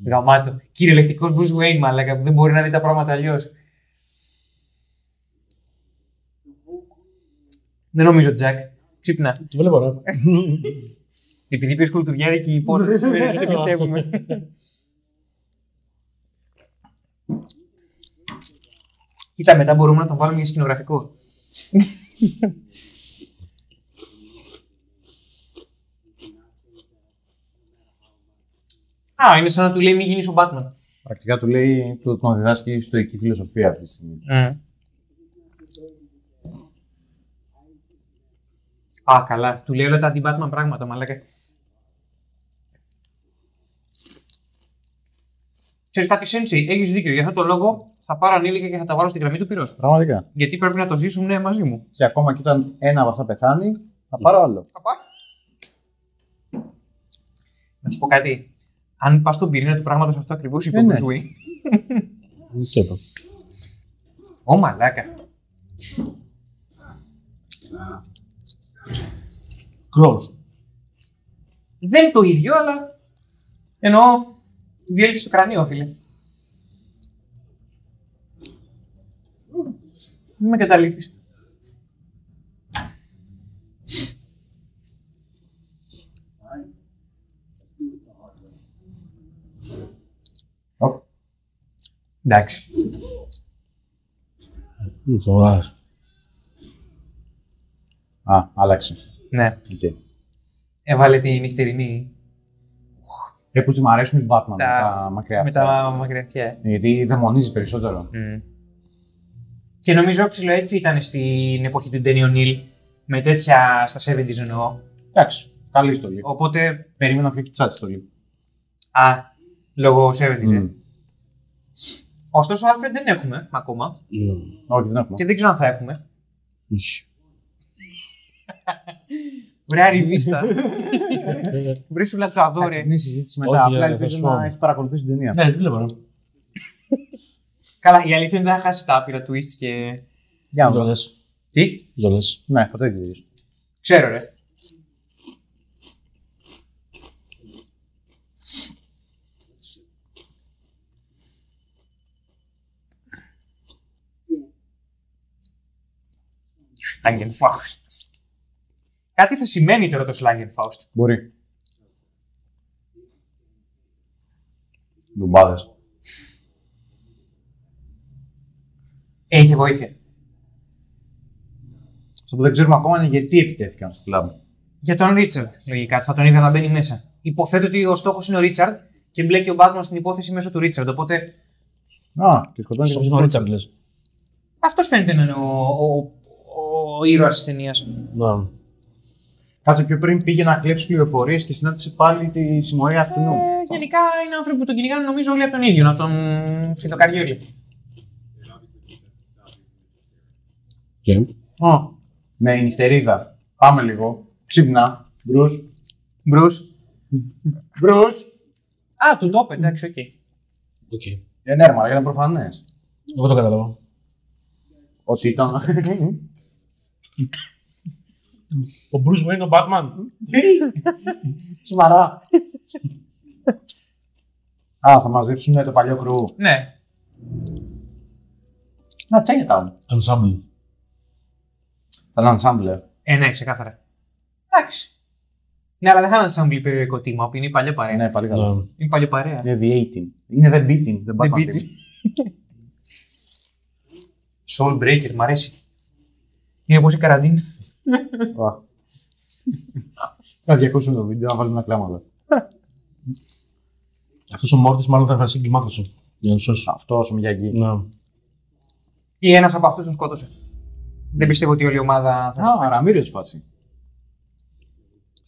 Speaker 2: Γαμάτο. Κυριολεκτικός Bruce Wayne, μαλάκα, που δεν μπορεί να δει τα πράγματα αλλιώς. Δεν νομίζω, Τζακ. Ξύπνα.
Speaker 3: Το βλέπω, ρε.
Speaker 2: Επειδή πήρε κουλτουριάρικη υπόθεση, σήμερα δεν σε πιστεύουμε. Κοίτα, μετά μπορούμε να τον βάλουμε για σκηνογραφικό. Α, είναι σαν να του λέει μην γίνεις ο Batman.
Speaker 1: Πρακτικά του λέει, του τον διδάσκει η στοική φιλοσοφία αυτή τη στιγμή.
Speaker 2: Α, καλά. Του λέει όλα τα αντι-Batman πράγματα, μαλάκα. Ξέρεις κάτι, Σέντσι, έχεις δίκιο. Γι' αυτό το λόγο θα πάρω ανήλικα και θα τα βάλω στη γραμμή του πυρός.
Speaker 1: Πραγματικά.
Speaker 2: Γιατί πρέπει να το ζήσουν ναι, μαζί μου.
Speaker 1: Και ακόμα και όταν ένα από αυτά πεθάνει, θα πάρω άλλο.
Speaker 2: Θα πάω. Να σου πω κάτι. Αν πας στον πυρήνα του πράγματος αυτό ακριβώς, είπε
Speaker 1: Ε,
Speaker 2: ο
Speaker 1: ναι.
Speaker 2: Bruce Wayne.
Speaker 3: Τι είπα.
Speaker 2: Ω μαλάκα.
Speaker 3: Κρόους.
Speaker 2: Δεν το ίδιο, αλλά. Εννοώ. Διέλυσε το κρανίο, φίλε. Μην με καταλήγεις.
Speaker 1: Ωπ.
Speaker 2: Εντάξει.
Speaker 3: Μη φοβάσαι.
Speaker 1: Α, άλλαξε.
Speaker 2: Ναι.
Speaker 1: Okay.
Speaker 2: Έβαλε τη νυχτερινή.
Speaker 1: Ε, πως τι μου αρέσουν οι Batman,
Speaker 2: Τα-
Speaker 1: τα, μακριά
Speaker 2: Με
Speaker 1: αυτά.
Speaker 2: τα μακριά αυτιά. ε.
Speaker 1: Γιατί δαιμονίζει περισσότερο.
Speaker 2: Και νομίζω ψηλό έτσι ήταν στην εποχή του Ντένι Ονίλ. Με τέτοια στα 70s εννοώ.
Speaker 1: Εντάξει, καλή ιστορία.
Speaker 2: Οπότε.
Speaker 1: Περίμενα πιο τσάτσι το λίγο.
Speaker 2: Α, λόγω 70s. ε.
Speaker 1: Μμμ.
Speaker 2: Ωστόσο, Άλφρεντ δεν έχουμε ακόμα.
Speaker 3: Ναι,
Speaker 1: Όχι, δεν έχουμε.
Speaker 2: Και δεν ξέρω αν θα έχουμε.
Speaker 3: όχι.
Speaker 2: Βρέα ριβίστα. Βρε σου
Speaker 1: Θα
Speaker 2: λατσαδόρε.
Speaker 3: ναι.
Speaker 1: ξεκινήσει η συζήτηση
Speaker 3: Όχι,
Speaker 1: μετά. Απλά
Speaker 3: δεν θα
Speaker 1: ελπίζω
Speaker 3: σου πω.
Speaker 1: να έχει παρακολουθήσει την ταινία.
Speaker 3: Ναι, τι βλέπω, ρε.
Speaker 2: Καλά, η αλήθεια είναι ότι θα χάσει τα άπειρα twists και.
Speaker 1: Για να
Speaker 3: Δεν το
Speaker 1: δω.
Speaker 3: λες.
Speaker 2: Τι?
Speaker 3: Δεν το λες.
Speaker 1: Ναι, ποτέ δεν ξέρει.
Speaker 2: Ξέρω, ρε. Schlangenfaust. Κάτι θα σημαίνει τώρα το Schlangenfaust.
Speaker 1: Μπορεί. Λουμπάδε.
Speaker 2: Έχει βοήθεια.
Speaker 1: Αυτό που δεν ξέρουμε ακόμα είναι γιατί επιτέθηκαν στο κλαμπ.
Speaker 2: Για τον Ρίτσαρντ, λογικά. Θα τον είδα να μπαίνει μέσα. Υποθέτω ότι ο στόχος είναι ο Ρίτσαρντ και μπλέκει ο Batman στην υπόθεση μέσω του Ρίτσαρντ. Οπότε
Speaker 1: Α, και σκοτώνει και
Speaker 3: Στο
Speaker 1: τον
Speaker 3: Ρίτσα Ρίτσαρντ λες.
Speaker 2: αυτός φαίνεται να είναι ο, ο, ο, ο ήρωας της ταινίας.
Speaker 3: Ναι.
Speaker 1: Κάτσε πιο πριν πήγε να κλέψει πληροφορίες και συνάντησε πάλι τη συμμορία αυτού.
Speaker 2: Ε, γενικά είναι άνθρωποι που τον κυνηγάνε νομίζω όλοι από τον ίδιο, από τον Φιλοκαριόλη.
Speaker 3: Και.
Speaker 1: Ναι, η νυχτερίδα. Πάμε λίγο. Ξύπνα. Μπρου.
Speaker 2: Μπρου.
Speaker 1: Μπρου.
Speaker 2: Α, του το είπε, εντάξει, οκ.
Speaker 3: Οκ.
Speaker 1: Ενέρμα, ναι, ήταν προφανές.
Speaker 3: Εγώ το κατάλαβα.
Speaker 1: Ότι ήταν.
Speaker 3: Ο Bruce Wayne, ο Batman.
Speaker 1: Τι! Σοβαρά. Α, θα μαζέψουν ε, το παλιό κρού.
Speaker 2: Ναι.
Speaker 1: Να τσένιετα.
Speaker 3: Ensemble.
Speaker 1: Θα είναι ανσάμπλε.
Speaker 2: Ε, ναι, ξεκάθαρα. Εντάξει. Ναι, αλλά δεν θα είναι σαν περιοδικό τίμο, που είναι η παλιά παρέα.
Speaker 1: Ναι, πολύ καλό.
Speaker 3: Ναι.
Speaker 2: Είναι η παλιά παρέα.
Speaker 1: Είναι the 18. Είναι the beating. The
Speaker 2: Δεν
Speaker 1: Batman
Speaker 2: πείτε.
Speaker 1: team.
Speaker 2: Soul Breaker, μ' αρέσει. Είναι όπως η καραντίνα.
Speaker 1: Ωχ. Να διακόψουμε το βίντεο, να βάλουμε ένα κλάμα εδώ.
Speaker 3: Αυτός ο Μόρτης μάλλον θα χάσει εγκλημάτωση. Για να τους σώσει.
Speaker 1: Αυτός ο Μιαγκή.
Speaker 3: Ναι.
Speaker 2: Ή ένας από αυτούς τον σκότωσε. Δεν πιστεύω ότι όλη η ομάδα θα...
Speaker 1: Α, Ραμίρες φάση.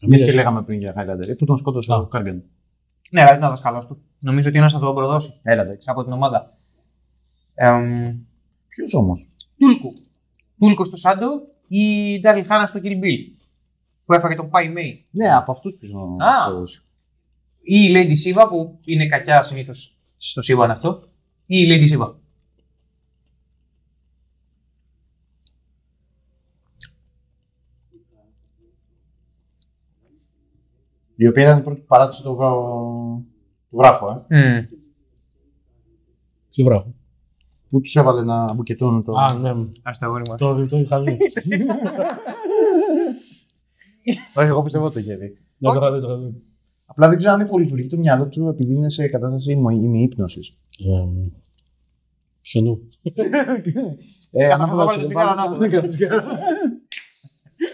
Speaker 1: Μια και λέγαμε πριν για Highlander. Ε, Πού τον σκότωσε
Speaker 3: Α.
Speaker 1: ο Κάργαν.
Speaker 2: Ναι, αλλά δεν ήταν δασκαλός του. Νομίζω ότι ένας θα τον προδώσει
Speaker 1: Έλα, εντάξει.
Speaker 2: από την ομάδα. Εμ,
Speaker 1: Ποιος όμως.
Speaker 2: Τούλκου. Τούλκος στο Σάντο ή Ντάριλ Χάνα στο Kill Bill. Που έφαγε τον Πάι Μέι.
Speaker 1: Ναι, από αυτούς πίσω.
Speaker 2: Α. Ή η Lady Siva που είναι κακιά συνήθως στο Σίβαν αυτό. Ή η Lady Siva.
Speaker 1: Η οποία ήταν η πρώτη που παράτησε το βρα- το βράχο, ε.
Speaker 3: Ποιο βράχο.
Speaker 1: Που τους έβαλε να μπουκετώνουν το.
Speaker 3: Α, ναι.
Speaker 2: Ας τα γόρι μας.
Speaker 3: Το το είχα δει.
Speaker 1: Όχι, εγώ πιστεύω ότι το είχε δει.
Speaker 3: Ναι, το είχα δει, το είχα δει.
Speaker 1: Απλά δεν ξέρω αν υπολειτουργεί το μυαλό του επειδή είναι σε κατάσταση ημι- ημιύπνωσης.
Speaker 3: Ε, Ποιο νου.
Speaker 1: Ε,
Speaker 2: Καθώς θα
Speaker 1: ανάποδα
Speaker 2: βάλει το τσιγάρο ανάποδα.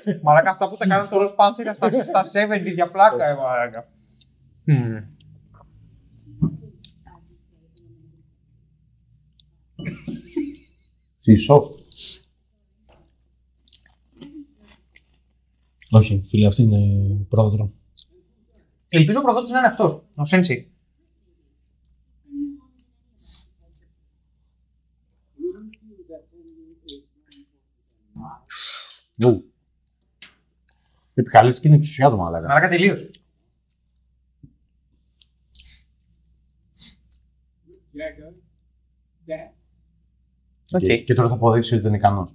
Speaker 2: Ε, Μαλάκα αυτά που τα κάνω στο Ροζ Pumps ήταν στα, στα 70's για πλάκα, ε, μαλάκα. Μμμ.
Speaker 1: Στη soft.
Speaker 3: Όχι, φίλε, αυτή είναι η πρόεδρο.
Speaker 2: Ελπίζω ο προδότης να είναι αυτός, ο Σένσι.
Speaker 1: Βου. Επικαλέστηκε την εξουσία του, μαλάκα.
Speaker 2: Μαλάκα τελείωσε.
Speaker 4: Jagger, that
Speaker 2: Οκ.
Speaker 1: Και, και τώρα θα αποδείξει ότι δεν είναι ικανός.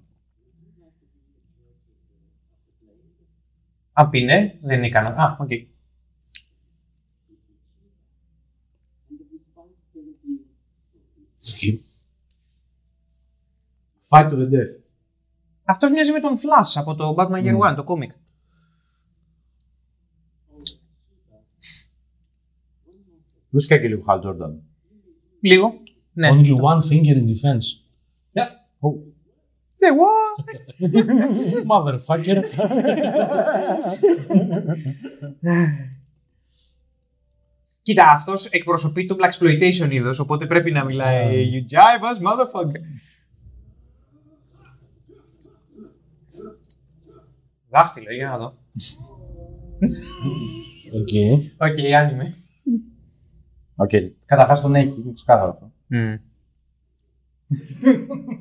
Speaker 2: Αν πει ναι, δεν είναι ικανός. Α, οκ.
Speaker 3: Εκεί.
Speaker 1: Fight to the death.
Speaker 2: Αυτός μοιάζει με τον Flash από το Batman Year One, το κόμικ.
Speaker 1: Βρίσκα και λίγο Χαλ Τζόρνταν.
Speaker 2: Λίγο. Ναι.
Speaker 3: Only one finger in defense.
Speaker 2: Say what?
Speaker 3: Motherfucker.
Speaker 2: Κοίτα, αυτός εκπροσωπεί το Black Exploitation είδος, οπότε πρέπει να μιλάει You jive us, motherfucker. Δάχτυλο, για να δω.
Speaker 3: Οκ.
Speaker 2: Οκ, άνιμε.
Speaker 1: Οκ. Καταρχάς τον έχει, είναι ξεκάθαρο αυτό.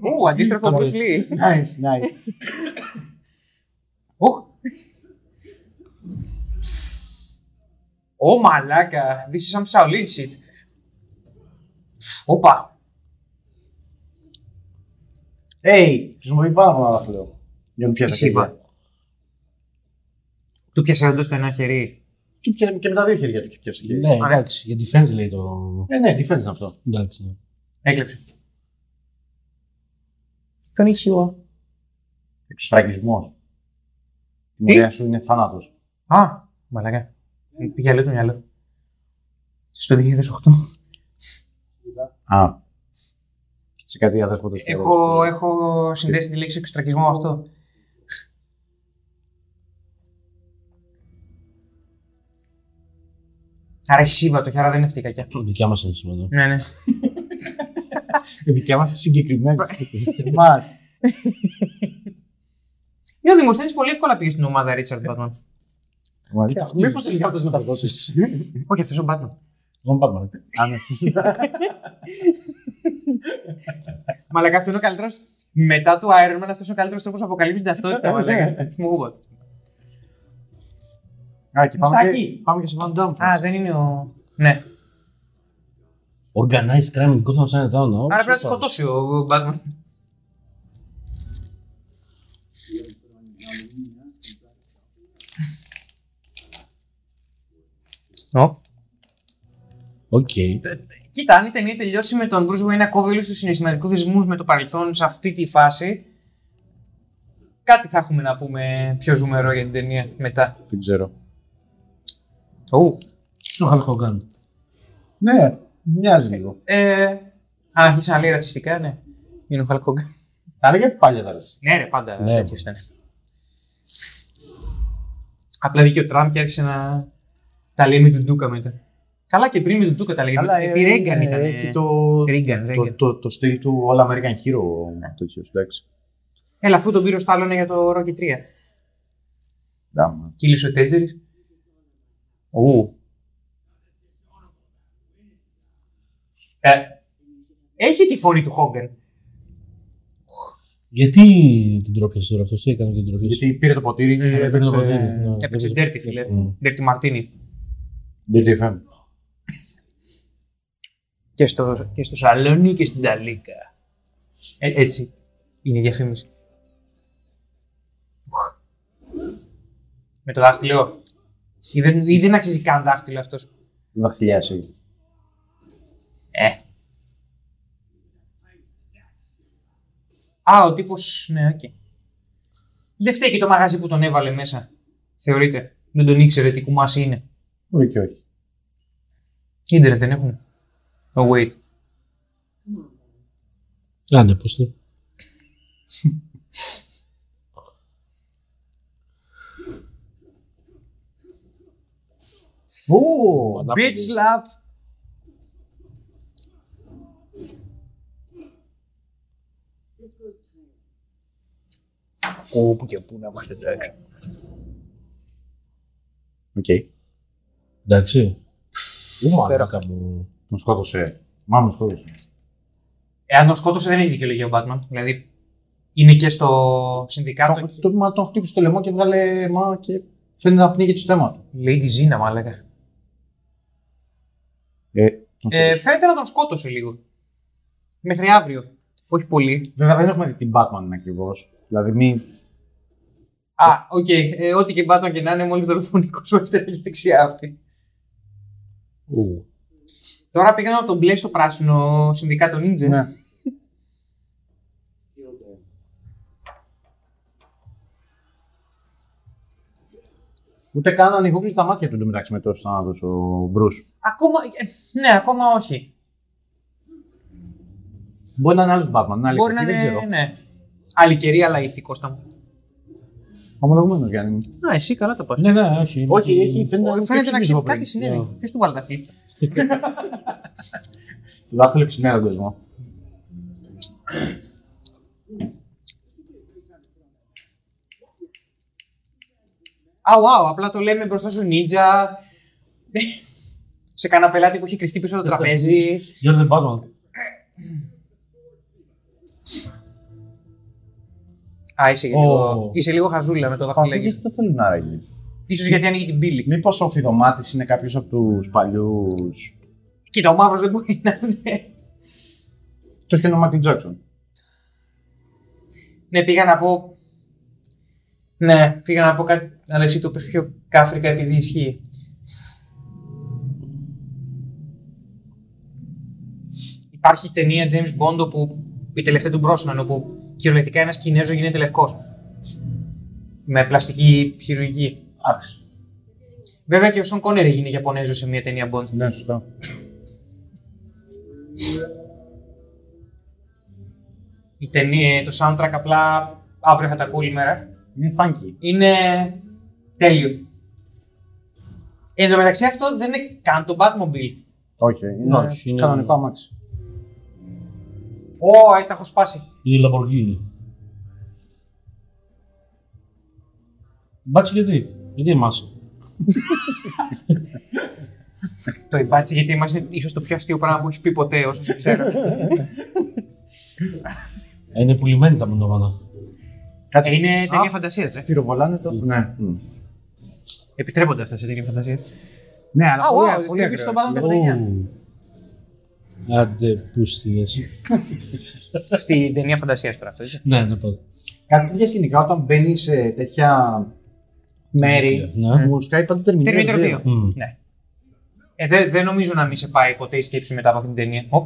Speaker 2: Ου, αντίστροφο
Speaker 1: Το
Speaker 2: Bruce Lee.
Speaker 1: Nice, nice.
Speaker 2: Οχ. Ω μαλάκα, this is some Shaolin shit. Όπα.
Speaker 1: Hey, χρησιμοποιεί πάρα πολλά δάχτυλο. Για να πιάσει.
Speaker 2: Η Σίβα. Του πιάσε όντω το ένα χερί.
Speaker 1: Και, πιάσε- και με τα δύο χέρια του και πιάσε. χέρι.
Speaker 3: Ναι, εντάξει, για defense λέει το.
Speaker 1: Ε, ναι, τι φαίνεται αυτό.
Speaker 3: Εντάξει. ναι.
Speaker 2: Έκλεψε. Τον είχε εγώ.
Speaker 1: Εξωστραγισμός. Η
Speaker 2: Τι?
Speaker 1: μορία σου είναι θάνατος.
Speaker 2: Α, μαλάκα. Πήγε αλλού το μυαλό. Στο 2008.
Speaker 1: Α. Σε κάτι αδέσποτες.
Speaker 2: Έχω, έχω συνδέσει τη λέξη εξωστρακισμό με αυτό. Άρα η Σίβα το χέρα δεν είναι αυτή η κακιά.
Speaker 3: Δικιά μας είναι σήμερα.
Speaker 2: Ναι, ναι.
Speaker 1: Η δικιά μας είναι συγκεκριμένη. Εμάς.
Speaker 2: Είναι ο Δημοσθένης πολύ εύκολα πήγε στην ομάδα Ρίτσαρντ Μπάτμαν.
Speaker 1: Μήπως τελικά αυτός είναι αυτός.
Speaker 2: Όχι, αυτός ο Μπάτμαν.
Speaker 3: Εγώ πάμε.
Speaker 2: Μαλακά, αυτό είναι ο καλύτερος. Μετά του Iron Man, αυτός είναι ο καλύτερος τρόπος να αποκαλύψει την ταυτότητα. Μαλακά. Σμούγουποτ.
Speaker 1: Α, και πάμε και,
Speaker 2: Μουστάκι.
Speaker 1: πάμε και σε Van Damme.
Speaker 2: Α, δεν είναι ο. Ναι.
Speaker 3: Organized crime in Gotham Chinatown. Άρα
Speaker 2: Άρα πρέπει να τη σκοτώσει ο Μπάτμαν.
Speaker 3: Οκ.
Speaker 2: Κοίτα, αν η ταινία τελειώσει με τον Bruce Wayne να κόβει όλους τους συναισθηματικούς δεσμού με το παρελθόν σε αυτή τη φάση. Κάτι θα έχουμε να πούμε πιο ζουμερό για την ταινία μετά.
Speaker 1: Δεν ξέρω.
Speaker 2: Ου.
Speaker 3: Στον Χαλ Χογκάν.
Speaker 1: Ναι, μοιάζει λίγο.
Speaker 2: Ε, αν αρχίσει να λέει ρατσιστικά, ναι. Είναι ο Hulk Hogan.
Speaker 1: Τα λέγε πάλι τα λες.
Speaker 2: Ναι, ρε, πάντα
Speaker 3: Ναι.
Speaker 2: τέτοιος ήταν. Απλά βγήκε ο Τραμπ και άρχισε να τα λέει με τον Ντούκα μετά. Καλά και πριν με τον Ντούκα τα λέγαμε.
Speaker 1: Καλά, ε,
Speaker 2: Καλά, επί Ρέγκαν
Speaker 1: ε,
Speaker 2: ήταν.
Speaker 1: Έχει το,
Speaker 2: Ρίγκαν,
Speaker 1: το,
Speaker 2: Ρέγκαν.
Speaker 1: το, το στυλ του All American Hero τέτοιος, εντάξει.
Speaker 2: Έλα, αφού τον πήρε ο Στάλωνε για το Rocky 3.
Speaker 1: Ντάμα.
Speaker 2: Κύλησε ο Τέτζερης. Ου. Ε, έχει τη φωνή του Χόγκαν.
Speaker 3: Γιατί την τρόπιασες τώρα αυτό, τι έκανε και την τρόπιασες.
Speaker 1: Γιατί πήρε το ποτήρι
Speaker 2: Ε,
Speaker 1: και
Speaker 3: έπαιρνε το ποτήρι.
Speaker 1: έπαιξε...
Speaker 3: ναι.
Speaker 2: Έπαιξε Dirty, φίλε.
Speaker 3: Mm.
Speaker 2: Dirty Μαρτίνι.
Speaker 1: Dirty FM.
Speaker 2: Και στο, και στο σαλόνι και στην ταλίκα. Ε, έτσι είναι η διαφήμιση. Ουχ. Με το δάχτυλο. Ή δεν, ή δεν αξίζει καν δάχτυλο αυτός.
Speaker 1: Δαχτυλιάσει.
Speaker 2: Ε. Α, ο τύπος, ναι, οκ. Δεν φταίει και το μαγαζί που τον έβαλε μέσα. Θεωρείτε. Δεν τον ήξερε τι κουμάσι είναι.
Speaker 1: Μπορεί και όχι.
Speaker 2: Ίντερνετ δεν έχουν. Το wait.
Speaker 3: Άντε, πώς το.
Speaker 1: Ω,
Speaker 2: Bitch slap. Όπου και πού να είμαστε εντάξει.
Speaker 1: Οκ.
Speaker 3: Εντάξει.
Speaker 1: Ω, μαλάκα μου. Τον σκότωσε. Μάλλον τον σκότωσε.
Speaker 2: Εάν τον σκότωσε δεν έχει δικαιολογία ο Batman. Δηλαδή είναι και στο συνδικάτο.
Speaker 1: Το, το, μα, τον χτύπησε το λαιμό και βγάλε μα και φαίνεται να πνίγει το στέμα του.
Speaker 2: Λέει τη Ζήνα, μάλακα.
Speaker 1: Ε, τον
Speaker 2: Ε,
Speaker 1: σκότωσε.
Speaker 2: φαίνεται να τον σκότωσε λίγο. Μέχρι αύριο. Όχι πολύ.
Speaker 1: Βέβαια δεν έχουμε δει την Batman ακριβώς. Δηλαδή μη.
Speaker 2: Α, οκ. Ε, ό,τι και Batman και να είναι, μόλις δολοφονικό ο αριστερή δεξιά αυτή.
Speaker 3: Ου.
Speaker 2: Τώρα πήγα να τον μπλέξει στο πράσινο συνδικάτο Ninja.
Speaker 1: Ναι. Ούτε καν ανοιγόκλειστα τα μάτια του εντωμεταξύ με τόσο θάνατο ο Μπρου.
Speaker 2: Ακόμα. ε, Ναι, ακόμα όχι.
Speaker 1: Μπορεί να είναι άλλος Batman, να
Speaker 2: Μπορεί να
Speaker 1: δεν
Speaker 2: είναι.
Speaker 1: ξέρω.
Speaker 2: Ναι. Άλλη καιρία, αλλά ηθικό ήταν.
Speaker 1: Ομολογουμένος, Γιάννη μου.
Speaker 2: Α, εσύ καλά τα πας.
Speaker 3: Ναι, ναι, όχι. είναι-
Speaker 1: Όχι, έχει, φαίνεται,
Speaker 2: Φαίνεται,
Speaker 1: έχει
Speaker 2: να
Speaker 1: ξυπνήσει
Speaker 2: ξέρει
Speaker 1: από
Speaker 2: κάτι
Speaker 1: πριν.
Speaker 2: συνέβη.
Speaker 3: Ναι.
Speaker 2: Ποιο του βάλει τα φίλη.
Speaker 1: Το δάχτυλο ξυπνάει τον κόσμο.
Speaker 2: Αου, αου, απλά το λέμε μπροστά σου νίτζα. σε κανένα πελάτη που έχει κρυφτεί πίσω από το τραπέζι.
Speaker 3: You're the Batman.
Speaker 2: Α, είσαι,
Speaker 3: Ω.
Speaker 2: λίγο, είσαι λίγο χαζούλα με το δαχτυλάκι
Speaker 1: Παθήκες
Speaker 2: σου.
Speaker 1: δεν θέλουν άραγε.
Speaker 2: Ίσως γιατί ανοίγει την πύλη.
Speaker 1: Μήπως ο Φιδωμάτης είναι κάποιος από τους παλιούς.
Speaker 2: Κοίτα, ο μαύρος δεν μπορεί να είναι.
Speaker 1: Εκτό και είναι ο Μάικλ Τζάξον.
Speaker 2: ναι, πήγα να πω. Ναι, πήγα να πω κάτι. Αλλά εσύ το πες πιο κάφρικα επειδή ισχύει. Υπάρχει ταινία James Bond όπου η τελευταία του Brosnan όπου κυριολεκτικά ένας Κινέζος γίνεται λευκός. Με πλαστική χειρουργική.
Speaker 1: Άξι.
Speaker 2: Βέβαια και ο Σον Κόνερ έγινε Ιαπωνέζος σε μια ταινία Bond.
Speaker 1: Ναι, σωστά.
Speaker 2: η ταινία, το soundtrack απλά αύριο θα τα ακούω όλη μέρα.
Speaker 1: Είναι funky.
Speaker 2: Είναι τέλειο. Εν τω μεταξύ αυτό δεν είναι καν το Batmobile.
Speaker 1: Όχι, είναι,
Speaker 3: Όχι, είναι-
Speaker 1: κανονικό αμάξι.
Speaker 2: Ω, α, τα έχω σπάσει.
Speaker 3: Είναι η Lamborghini. Μπάτσε γιατί. Γιατί εμάς.
Speaker 2: Το υπάτσι γιατί είμαστε ίσως το πιο αστείο πράγμα που έχεις πει ποτέ όσο σε ξέρω.
Speaker 3: Ε, Είναι πουλημένη τα μοντόματα.
Speaker 1: Κάτσε.
Speaker 2: Ε, είναι ταινία
Speaker 1: Α,
Speaker 2: φαντασίας, ρε.
Speaker 1: Πυροβολάνε το. Ναι. Μμ.
Speaker 2: Επιτρέπονται αυτά σε ταινία φαντασίας.
Speaker 1: Ναι, αλλά
Speaker 2: Α,
Speaker 1: πολύ,
Speaker 2: wow,
Speaker 1: πολύ
Speaker 2: χτύπησε
Speaker 1: ακραίο.
Speaker 2: τον πάνω το 89.
Speaker 3: Ου. Άντε, πούστιδες.
Speaker 2: Στην ταινία φαντασίας τώρα αυτό, έτσι.
Speaker 3: ναι, ναι, πάντα.
Speaker 1: Κάτι τέτοια σκηνικά όταν μπαίνει σε τέτοια μέρη. ε,
Speaker 3: Ναι.
Speaker 1: Μου σκάει πάντα
Speaker 2: Terminator
Speaker 1: Terminator
Speaker 2: 2.
Speaker 1: 2.
Speaker 3: Μμ.
Speaker 2: Ναι. Ε, δεν δεν νομίζω να μην σε πάει ποτέ η σκέψη μετά από αυτήν την ταινία. Ω.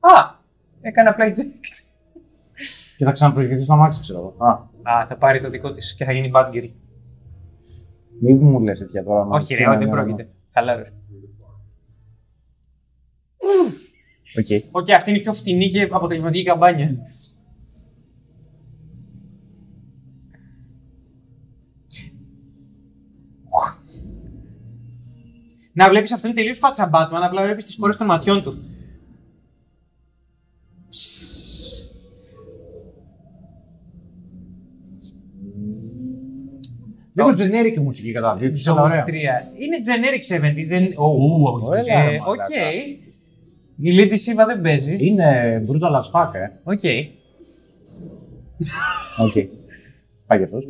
Speaker 2: Α! Έκανα play jack.
Speaker 1: Και θα ξαναπροσγειωθεί στο αμάξι, ξέρω εγώ. Α,
Speaker 2: Α, θα πάρει το δικό της και θα γίνει bad girl.
Speaker 1: μην μου λες τέτοια τώρα. μα
Speaker 2: Όχι, ρε,
Speaker 1: ξένα,
Speaker 2: όχι, δεν
Speaker 1: ναι,
Speaker 2: πρόκειται. Καλά, ρε.
Speaker 1: ναι. Οκ.
Speaker 2: Οκ, αυτή είναι η πιο φτηνή και αποτελεσματική καμπάνια. Να βλέπεις αυτό είναι τελείως φάτσα Batman, απλά βλέπεις τις κόρες των ματιών του.
Speaker 1: Λίγο generic η μουσική κατά δίκτυο.
Speaker 2: Zombie 3. Είναι generic 70s, δεν. Ω,
Speaker 3: Ου, αγωγή.
Speaker 1: Έλα, ρε,
Speaker 2: ε, Οκ.
Speaker 1: μαλάκα. Ε.
Speaker 2: Η Λίντι Σίβα δεν παίζει.
Speaker 1: Είναι brutal as fuck, ε.
Speaker 2: Οκ.
Speaker 1: Οκ. Πάει και αυτός.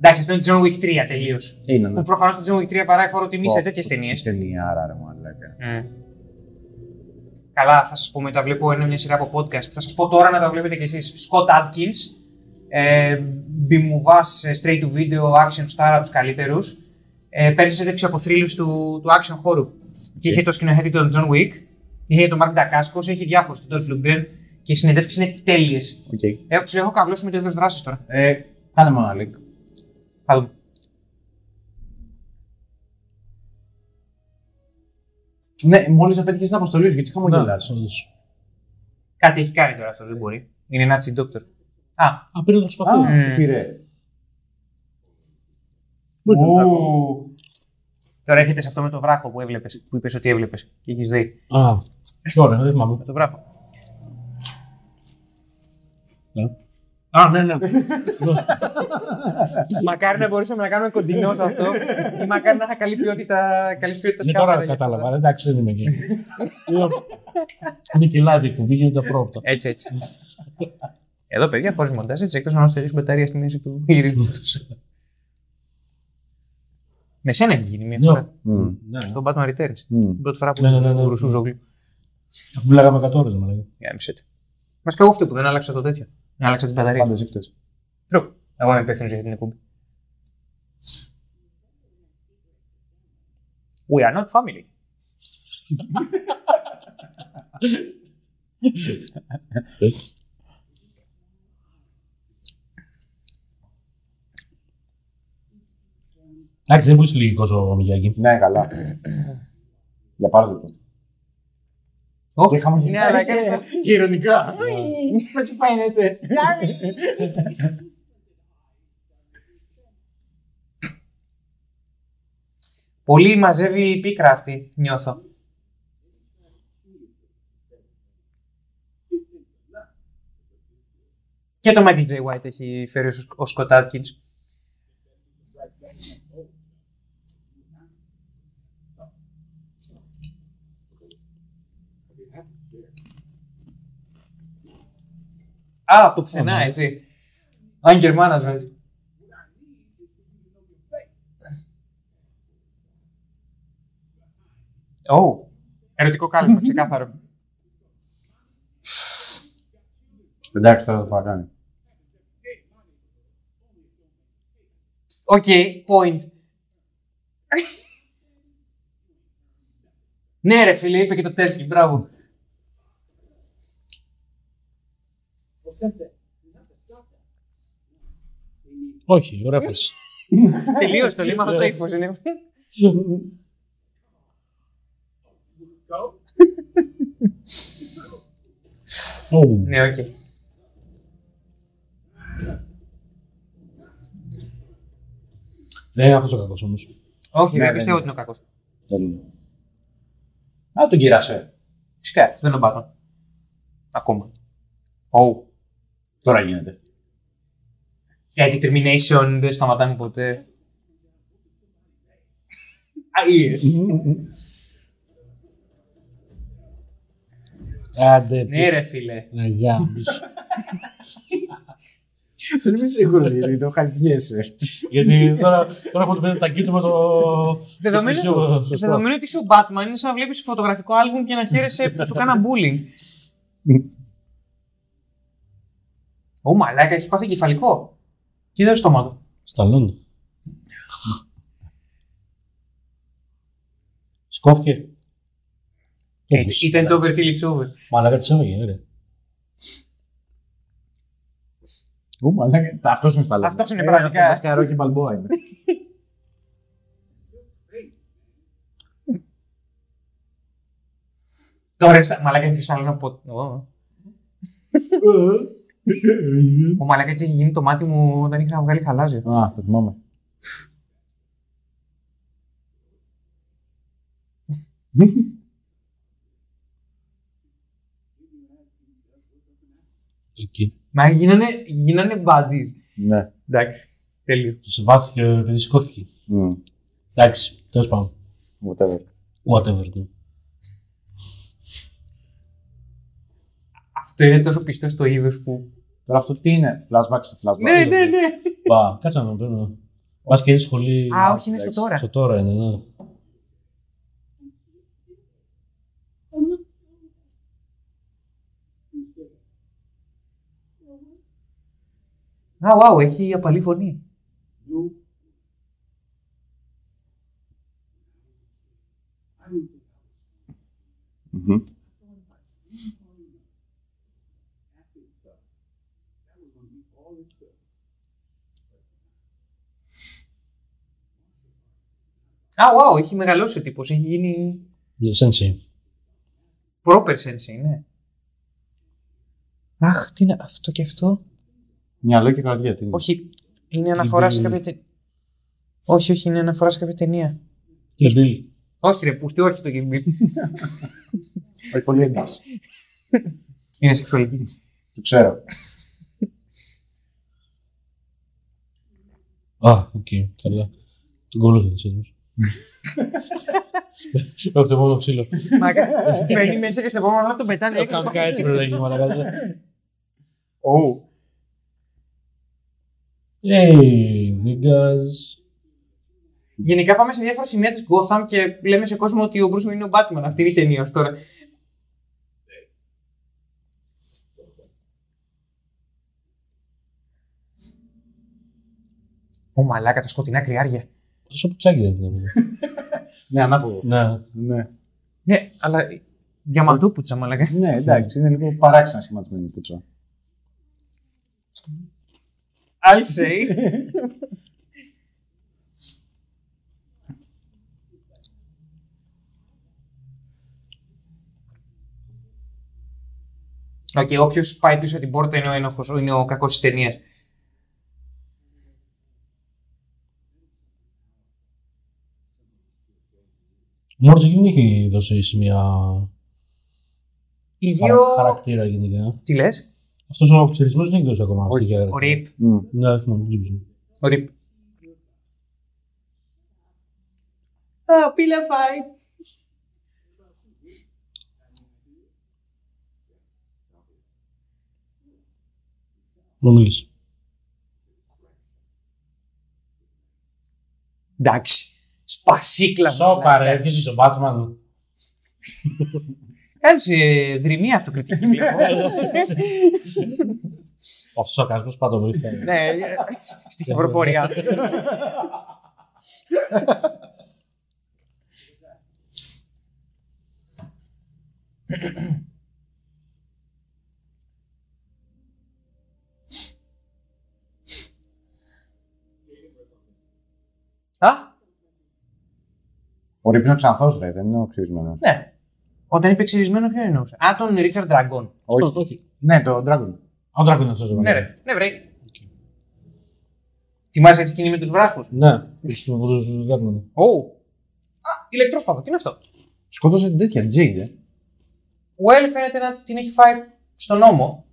Speaker 2: Εντάξει, αυτό είναι John Wick 3 τελείως.
Speaker 1: Είναι, ναι.
Speaker 2: Που προφανώς το John Wick 3 βαράει φόρο τιμή σε
Speaker 1: Πω,
Speaker 2: τέτοιες
Speaker 1: πω,
Speaker 2: ταινίε.
Speaker 1: τι Ταινία, άρα, ρε μαλάκα.
Speaker 2: Καλά, θα σας πω μετά. Βλέπω είναι μια σειρά από podcast. Θα σας πω τώρα να τα βλέπετε κι εσείς. Σκοτ Άτκιν. Ε, Μπιμουβά straight to video action star από τους καλύτερους. Ε, πέρυσι συνέντευξη από θρύλους του, του action χώρου. Και είχε το σκηνοθέτη τον John Wick. Είχε τον Mark Dacascos. Έχει διάφορους τον Dolph Lundgren. Και οι συνεντεύξεις είναι τέλειες.
Speaker 1: Οκ.
Speaker 2: Ε, τους έχω καβλώσει με το είδο δράση τώρα.
Speaker 1: Ε, Κάνε μου ένα link.
Speaker 2: Θα δούμε.
Speaker 1: Ναι, μόλις απέτυχες την αποστολή σου, γιατί
Speaker 2: Ναι.
Speaker 1: χαμογελά.
Speaker 3: όντως.
Speaker 2: Κάτι έχει κάνει τώρα αυτό, δεν μπορεί. Είναι ένα τσιντόκτορ. Α,
Speaker 3: Α, πήρε το
Speaker 1: Α,
Speaker 3: σπαθί.
Speaker 2: Μμμ.
Speaker 1: πήρε.
Speaker 2: Ου. Τώρα έρχεται σε αυτό με το βράχο που έβλεπες, που είπες ότι έβλεπες και έχεις δει.
Speaker 3: Α, πιο ωραία, δεν θυμάμαι.
Speaker 2: Με το βράχο.
Speaker 3: Α, ναι, ναι.
Speaker 2: μακάρι να μπορούσαμε να κάνουμε κοντινό σε αυτό. ή μακάρι να είχα καλή ποιότητα καλής ποιότητας
Speaker 3: Ναι,
Speaker 2: κάμερα
Speaker 3: τώρα
Speaker 2: γι' αυτό.
Speaker 3: κατάλαβα. ρε, Εντάξει, δεν είμαι εκεί. Είναι- Είναι και live που πήγαινε τα πρόοπτα.
Speaker 2: Έτσι, έτσι. Εδώ, παιδιά, χωρίς μοντάζ, έτσι, εκτός να μα τελειώσουν μπαταρία στην μέση του γυρίσματο. Με σένα έχει γίνει μια
Speaker 3: Ναι.
Speaker 2: φορά.
Speaker 3: Ναι,
Speaker 2: Στον Batman Returns. Την πρώτη φορά που
Speaker 3: Ναι, ναι, ναι, ναι.
Speaker 2: ο Ρουσούζογλου.
Speaker 3: Αφού μιλάγαμε 100 ώρες, μου λέγανε.
Speaker 2: Για μισέτε. Μα και εγώ αυτό που δεν άλλαξα το τέτοιο. Δεν άλλαξα την μπαταρία.
Speaker 1: Πάντα ζήφτε.
Speaker 2: True. Εγώ είμαι υπεύθυνος για την εκπομπή. We are not family.
Speaker 3: Πες. Εντάξει, είναι πολύ συλλογικός ο Μιγιάκη.
Speaker 1: Ναι, καλά. Για πάρα το.
Speaker 2: Όχι,
Speaker 1: Και χαμογελάει.
Speaker 2: ναι, αλλά έκανε το.
Speaker 1: Και ηρωνικά.
Speaker 2: Πολύ μαζεύει η πίκρα αυτή, νιώθω. Και το Michael J. White έχει φέρει ως- ο Scott Atkins. Α, από το πουθενά, έτσι. Anger management. Oh. Ερωτικό κάλεσμα, ξεκάθαρο.
Speaker 1: Εντάξει, τώρα θα το παρακάνει.
Speaker 2: Οκ, point. ναι, ρε φίλε, είπε και το τέτοιο, μπράβο.
Speaker 3: Όχι, ωραία φάση.
Speaker 2: Τελείω το λίμα, αυτό το ύφος είναι.
Speaker 3: Ω,
Speaker 2: ναι, οκ.
Speaker 3: Δεν είναι αυτός ο κακός όμως.
Speaker 2: Όχι,
Speaker 1: Ναι,
Speaker 2: δεν
Speaker 1: δεν
Speaker 2: πιστεύω
Speaker 1: είναι.
Speaker 2: ότι είναι ο κακός.
Speaker 1: Δεν είναι. Α, τον κύρασε.
Speaker 2: Φυσικά, δεν είναι ο Batman. Ακόμα. Oh.
Speaker 1: Τώρα γίνεται.
Speaker 2: Yeah, determination δεν σταματάνε ποτέ. Α, yes.
Speaker 3: Άντε,
Speaker 2: ναι, ρε φίλε.
Speaker 3: Να γάμεις.
Speaker 1: Δεν είμαι σίγουρος γιατί το χαρτιέσαι.
Speaker 3: Γιατί τώρα, τώρα έχω το παιδί ταγκί του με το.
Speaker 2: Δεδομένου,
Speaker 3: το πλησίο, σωστό.
Speaker 2: δεδομένου ότι είσαι ο Batman, είναι σαν να βλέπεις φωτογραφικό άλμπουμ και να χαίρεσαι που σου κάνα bullying. Ω, μαλάκα, έχεις πάθει κεφαλικό. Κοίτα το στόμα του.
Speaker 3: Σταλόν. Σκόφηκε.
Speaker 2: Ε, Ήταν το over till it's over.
Speaker 3: Μαλάκα της έβαγε, ρε.
Speaker 1: Αυτός είναι στα λόγια. Ε,
Speaker 2: Αυτός είναι πραγματικά.
Speaker 1: Βασικά ρόκι μπαλμπόα είναι.
Speaker 2: Τώρα στα μαλάκα είναι άλλο να πω. Ω. Ο μαλάκα έτσι έχει γίνει το μάτι μου όταν είχα βγάλει χαλάζιο.
Speaker 1: Α, το θυμάμαι.
Speaker 3: Εκεί.
Speaker 2: Μα γίνανε, γίνανε buddies.
Speaker 1: Ναι.
Speaker 2: Εντάξει. Τέλειο.
Speaker 3: Το σεβάστηκε επειδή σηκώθηκε.
Speaker 1: Μμ,
Speaker 3: Εντάξει, τέλος πάντων.
Speaker 1: Whatever.
Speaker 3: Whatever. ναι.
Speaker 2: Αυτό είναι τόσο πιστό στο είδος που.
Speaker 1: Τώρα αυτό τι είναι, flashback στο flashback.
Speaker 2: Ναι, ναι, ναι.
Speaker 3: Μπα, κάτσε να δω, πρέπει να. Μπας και είναι σχολή.
Speaker 2: Α, όχι, είναι στο τώρα.
Speaker 3: Στο τώρα είναι, ναι.
Speaker 2: Α, wow, έχει απαλή φωνή.
Speaker 1: Μμμ.
Speaker 2: Α, wow, έχει μεγαλώσει ο τύπος. Έχει γίνει.
Speaker 3: Για Sensei.
Speaker 2: Proper sensei, ναι. Αχ, τι είναι αυτό και αυτό.
Speaker 1: Μυαλό και καρδιά. Τι είναι.
Speaker 2: Όχι, είναι αναφορά σε κάποια ταινία. Όχι, όχι, είναι αναφορά σε κάποια ταινία.
Speaker 3: Kill Bill.
Speaker 2: Όχι, ρε, πούστη, όχι το Kill Bill.
Speaker 1: Όχι, πολύ ένταση.
Speaker 2: είναι σεξουαλική.
Speaker 1: Το ξέρω.
Speaker 3: Α, οκ, καλά. Τον κόλλωσα τη έντονη. Έχω το επόμενο ξύλο.
Speaker 2: Μακα, παίρνει μέσα και στο επόμενο να τον πετάνε έξω.
Speaker 3: Κάπου κάτι πρέπει να γίνει μαλακά.
Speaker 1: Ου.
Speaker 3: Hey, niggas.
Speaker 2: Γενικά πάμε σε διάφορα σημεία της Gotham και λέμε σε κόσμο ότι ο Bruce Wayne είναι ο Batman. Αυτή είναι η ταινία ως τώρα. Ω μαλάκα, τα σκοτεινά κρυάρια.
Speaker 3: Τόσο πουτσάκι δεν ήταν.
Speaker 1: Ναι, ανάποδο.
Speaker 3: Ναι.
Speaker 1: Ναι.
Speaker 2: Ναι, αλλά διαμαντούπουτσα μαλάκα.
Speaker 1: ναι, εντάξει, είναι λίγο παράξενα σχηματισμένη η πουτσα.
Speaker 2: I say. Οκ, okay, όποιος πάει πίσω από την πόρτα είναι ο ένοχος, είναι ο κακός της ταινίας.
Speaker 3: Ο Μόρις εκείνη έχει δώσει σημεία
Speaker 2: Οι δύο.
Speaker 3: χαρα- χαρακτήρα γενικά.
Speaker 2: Τι λες,
Speaker 3: Αυτός ο ξερισμένος δεν έχει δώσει ακόμα
Speaker 1: Όχι,
Speaker 3: στοιχεία.
Speaker 2: Ο
Speaker 3: χαρακτήρα.
Speaker 2: Ρίπ.
Speaker 1: Μμ.
Speaker 3: Ναι, δεν θυμάμαι, δεν ξέρω.
Speaker 2: Ο Ρίπ. Α, πίλα φάει.
Speaker 3: Μου μίλησε.
Speaker 2: Εντάξει. Σπασίκλα.
Speaker 3: Σόπα ρε, ποιος είσαι ο Batman.
Speaker 2: Κάνεις ε, δρυμή αυτοκριτική. λοιπόν. βλέπω.
Speaker 3: Αυτός ο σαρκασμός πάντα βοηθάει.
Speaker 2: ναι, ε, στη σταυροφορία. Α,
Speaker 1: Ο Ρίπ είναι ξανθός, ρε, δεν είναι ο ξυρισμένος.
Speaker 2: ναι. Όταν είπε ξυρισμένο, ποιο εννοούσε. Α, τον Ρίτσαρντ Ραγκόν.
Speaker 1: Όχι.
Speaker 3: Όχι.
Speaker 1: Ναι, το Dragon.
Speaker 3: Α, ο Dragon είναι αυτός.
Speaker 2: Ναι, ρε. Ναι, βρε. Θυμάσαι τη σκηνή με τους βράχους.
Speaker 3: Ναι, στο που τους δέρνανε.
Speaker 2: Ω! Α, ηλεκτρόσπαθο, τι είναι αυτό.
Speaker 1: Σκότωσε την τέτοια, Jade. ε.
Speaker 2: Ο Ελ φαίνεται να την έχει φάει στον νόμο.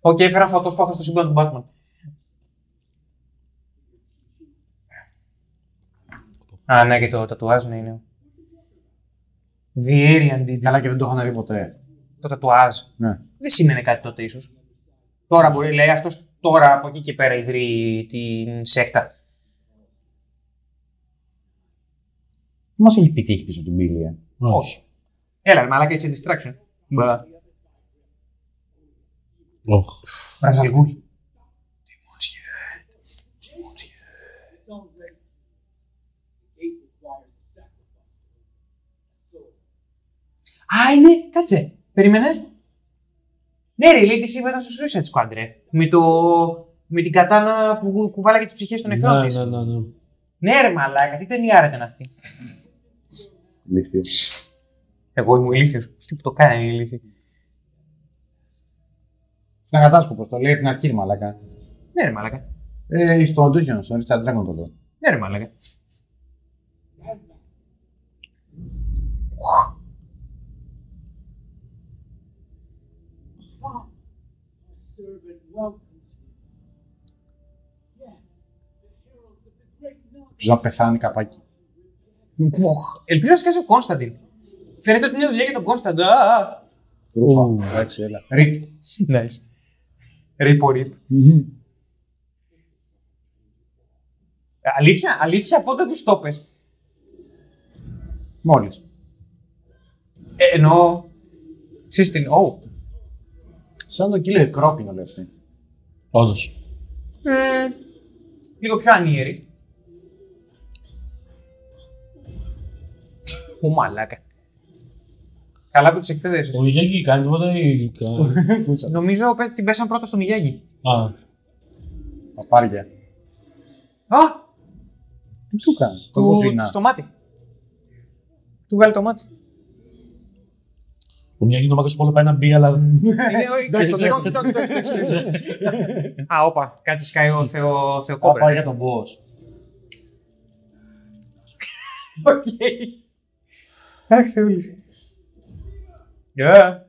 Speaker 2: Οκ, okay, έφεραν φωτόσπαθο στο σύμπαν του Batman. Α, ναι, και το τατουάζ, ναι, είναι. Διέρη αντί.
Speaker 1: Καλά και δεν το είχα να δει ποτέ.
Speaker 2: Το τατουάζ.
Speaker 1: Ναι.
Speaker 2: Δεν σημαίνει κάτι τότε ίσως. Τώρα μπορεί, λέει αυτός, τώρα από εκεί και πέρα ιδρύει την σέκτα.
Speaker 1: Τι μας έχει επιτύχει πίσω από την πύλη, ε.
Speaker 3: Ναι.
Speaker 2: Όχι. Έλα, ρε, μαλάκα, έτσι distraction. Μπα.
Speaker 3: Όχι.
Speaker 2: Ραζαλγκούλ.
Speaker 4: Don't let the gate requires a sacrifice. So
Speaker 2: Α, είναι, κάτσε. Περίμενε. Ναι, ρε, λέει τη σύμβατα στο Suicide Squad, ρε. Με, το... με την κατάνα που κουβάλαγε τις ψυχές των εχθρών
Speaker 3: Ναι,
Speaker 2: της.
Speaker 3: ναι, ναι, ναι.
Speaker 2: Ναι, ρε, μαλάκα, τι ταινία ρε, ήταν αυτή.
Speaker 1: Λυθεί.
Speaker 2: Εγώ ήμουν ηλίθιος. Αυτή που το κάνει είναι ηλίθιος.
Speaker 1: Ήταν κατάσκοπο, το λέει από την αρχή, ρε μαλάκα.
Speaker 2: Ναι, ρε, μαλάκα.
Speaker 1: Ε, στον Τούχιον, στον Ρίτσαρντ Dragon το λέω.
Speaker 2: Ναι, ρε, μαλάκα.
Speaker 4: a servant welcomes you. Yes, the heralds of the great night.
Speaker 1: Του να πεθάνει καπάκι.
Speaker 2: Πουχ. Ελπίζω να σκάσει ο Κόνσταντιν. Φαίνεται ότι είναι δουλειά για τον Κόνσταντιν.
Speaker 3: Ου.
Speaker 1: Ρούφα. Εντάξει, έλα. Ρίπ.
Speaker 2: Ναι. Ρίπο, ρίπ. Αλήθεια, αλήθεια, πότε τους το πες.
Speaker 1: Μόλις.
Speaker 2: Ε, εννοώ. Ξέρεις την. Ω.
Speaker 1: Σαν το κύλε κρόπινο λέει αυτή.
Speaker 3: Όντως.
Speaker 2: Μμμ. Λίγο πιο ανίερη. Ω μαλάκα. Καλά που τις εκπαιδεύσεις.
Speaker 3: Ο Ιγέκη κάνει τίποτα ή... κα-
Speaker 2: Νομίζω πε- την πέσαν πρώτα στον Ιγιάγκη.
Speaker 3: Α,
Speaker 1: Παπάρια.
Speaker 2: Α!
Speaker 1: Τι του κάνεις.
Speaker 2: Του, στο μάτι. Του βγάλει το μάτι.
Speaker 3: Ο μια γίνεται ο Μάκος Πόλο πάει να μπει, αλλά...
Speaker 2: Είναι- όχι,
Speaker 1: εντάξει,
Speaker 2: το-
Speaker 1: εντάξει.
Speaker 2: όχι, όχι, όχι, όχι, όχι. Α, όπα, κάτσε σκάει ο Θεο- Θεοκόπρε.
Speaker 1: πάει για τον boss.
Speaker 2: Οκ. Αχ, Θεούλης. Γεια.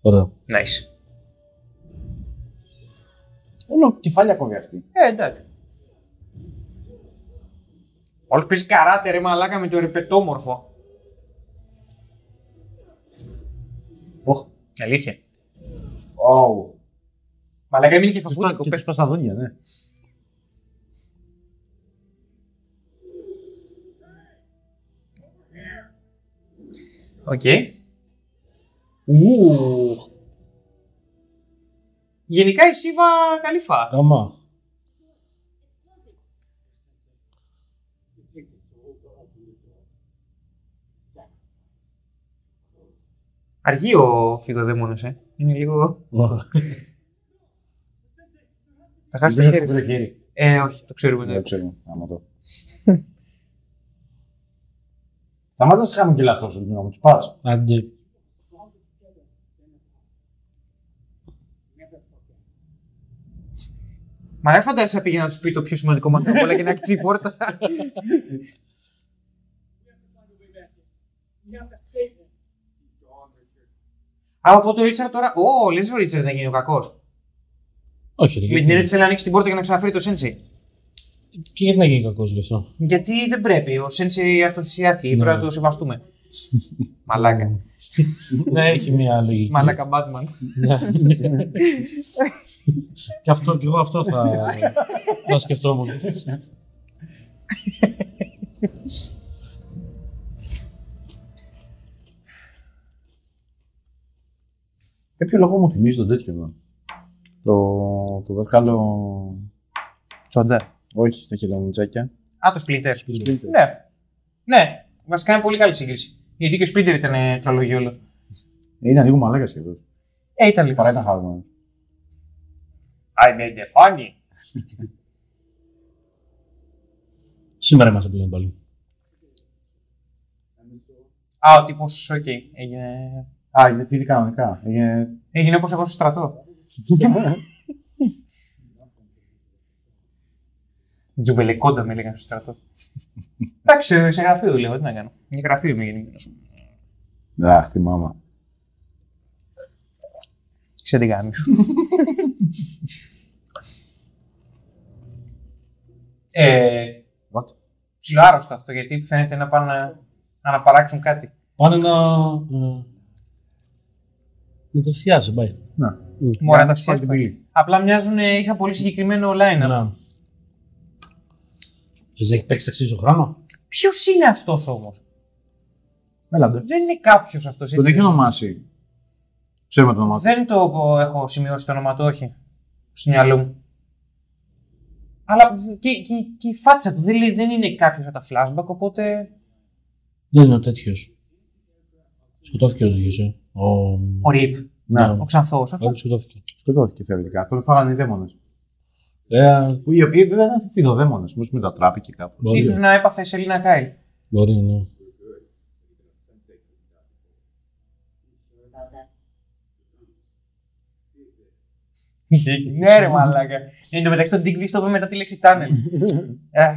Speaker 3: Ωραία.
Speaker 2: Nice.
Speaker 1: Όλο κεφάλια κόβει αυτή.
Speaker 2: Ε, εντάξει. Όλος παίζει καράτε ρε μαλάκα με το ρεπετόμορφο.
Speaker 1: Οχ.
Speaker 2: Αλήθεια.
Speaker 1: Ωου.
Speaker 2: Μαλάκα έμεινε και φαφούδικο.
Speaker 1: πες στα δόντια, ναι.
Speaker 2: Οκ. Ου. Γενικά η Σίβα καλή φά.
Speaker 3: Γαμά.
Speaker 2: Αργεί ο φιδοδαίμονας, ε. Είναι λίγο...
Speaker 3: Ωραία.
Speaker 2: Θα χάσει το
Speaker 1: Ελπίζω ότι
Speaker 2: χέρι.
Speaker 1: το
Speaker 2: σου.
Speaker 1: χέρι.
Speaker 2: Ε, όχι, το ξέρουμε. ναι.
Speaker 1: Δεν ξέρω, άμα το. Σταμάτα να σε χαμογελάς τόσο την ώρα μου, τους πας.
Speaker 3: Άντε.
Speaker 2: Μα δεν φαντάζεσαι να πήγε να τους πει το πιο σημαντικό μάθημα απ' όλα και να κλείσει η πόρτα.
Speaker 4: You have to face it.
Speaker 2: Α, οπότε ο Ρίτσαρντ τώρα. Ω, λες ο Ρίτσαρντ να γίνει ο κακός.
Speaker 3: Όχι,
Speaker 2: Με
Speaker 3: ρε.
Speaker 2: την
Speaker 3: γιατί-
Speaker 2: έννοια ότι θέλει να ανοίξει την πόρτα για να ξαναφέρει το Σέντσι.
Speaker 3: Και γιατί να γίνει κακός γι' αυτό.
Speaker 2: Γιατί δεν πρέπει. Ο Σέντσι αυτοθυσιάστηκε.
Speaker 3: Ναι.
Speaker 2: Πρέπει να το σεβαστούμε. Μαλάκα.
Speaker 3: Ναι, έχει μια λογική.
Speaker 2: Μαλάκα Batman.
Speaker 3: Ναι. και αυτό, και εγώ αυτό θα, θα σκεφτόμουν.
Speaker 1: Κάποιο λόγο μου θυμίζει το τέτοιο εδώ. Το, το δάσκαλο.
Speaker 2: Τσόντα.
Speaker 1: Όχι, στα χελαμουτσάκια.
Speaker 2: Α, το Splinter.
Speaker 1: Του Splinter.
Speaker 2: Ναι. Ναι. Βασικά είναι πολύ καλή σύγκριση. Γιατί και ο Splinter ήταν ε, τρολογιόλο.
Speaker 1: Ήταν λίγο μαλάκας σχεδόν.
Speaker 2: Ε, ήταν λίγο.
Speaker 1: Παρά ήταν χαρούμενος.
Speaker 2: I made the funny.
Speaker 3: Σήμερα είμαστε πλέον πάλι.
Speaker 2: Α, ο τύπος, οκ. Έγινε.
Speaker 1: Α, είναι φίδι κανονικά. Έγινε...
Speaker 2: Έγινε όπως εγώ στο στρατό. Τζουβελεκόντα με έλεγαν στο στρατό. Εντάξει, σε γραφείο δουλεύω, τι να κάνω. Είναι γραφείο είμαι γεννημένος.
Speaker 1: Αχ, θυμάμαι.
Speaker 2: Σε τι κάνεις. ε,
Speaker 1: What?
Speaker 2: ψιλοάρρωστο αυτό γιατί φαίνεται να πάνε να, να αναπαράξουν κάτι.
Speaker 3: Πάνε να... ε, να το θυάσει, πάει.
Speaker 1: Να.
Speaker 2: Μόνο να τα
Speaker 1: Κάνει σπάει την
Speaker 2: φτιάξουν.
Speaker 1: πύλη.
Speaker 2: Απλά μοιάζουν, ε, είχα πολύ συγκεκριμένο line.
Speaker 3: Να. Λες, έχει παίξει ταξίδι στον χρόνο.
Speaker 2: Ποιος είναι αυτός όμως.
Speaker 1: Έλα, ντε.
Speaker 2: Δεν είναι κάποιος αυτός.
Speaker 1: Τον έχει ονομάσει. Ξέρουμε το όνομά του.
Speaker 2: Δεν το έχω σημειώσει το όνομα του, όχι. Στο μυαλό μου. Αλλά και, και, και η φάτσα του δεν, λέει- δεν είναι κάποιος από τα flashback, οπότε.
Speaker 3: Δεν είναι ο τέτοιος. Σκοτώθηκε ο τέτοιος, ε. Ο...
Speaker 2: Ο Ριπ,
Speaker 1: Ναι.
Speaker 3: Ναι.
Speaker 2: ο Ξανθός. Αυτό.
Speaker 3: Ο... Σκοτώθηκε.
Speaker 1: Σκοτώθηκε θεωρητικά. Τον φάγανε οι δαίμονες.
Speaker 3: Ε,
Speaker 1: Που οι οποίοι βέβαια ήταν φιδοδαίμονε. Μήπω μετατράπηκε κάπου.
Speaker 3: μπορεί,
Speaker 2: σω να έπαθε η Σελίνα Κάιλ.
Speaker 3: μπορεί, ναι.
Speaker 2: ναι, ρε μαλάκα. Εν τω μεταξύ, το Dick Dish το είπε μετά τη λέξη Ε. Tunnel. Αχ.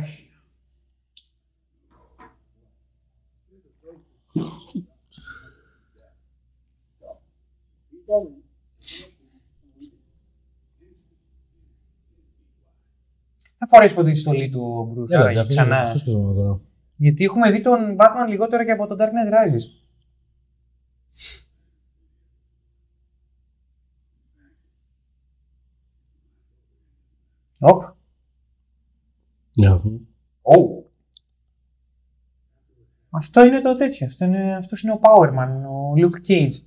Speaker 2: Θα φορέσει ποτέ τη στολή του ο Μπρουζ.
Speaker 3: Έλα, ρε, αυτός
Speaker 2: ξανά.
Speaker 3: αυτό σκεφτόμουν τώρα.
Speaker 2: Γιατί έχουμε δει τον Batman λιγότερο και από τον Dark Knight Rises. Οπ.
Speaker 3: Για να δούμε.
Speaker 2: Ου. Αυτό είναι το τέτοιο. Αυτό είναι, αυτός είναι ο Powerman, ο Luke Cage.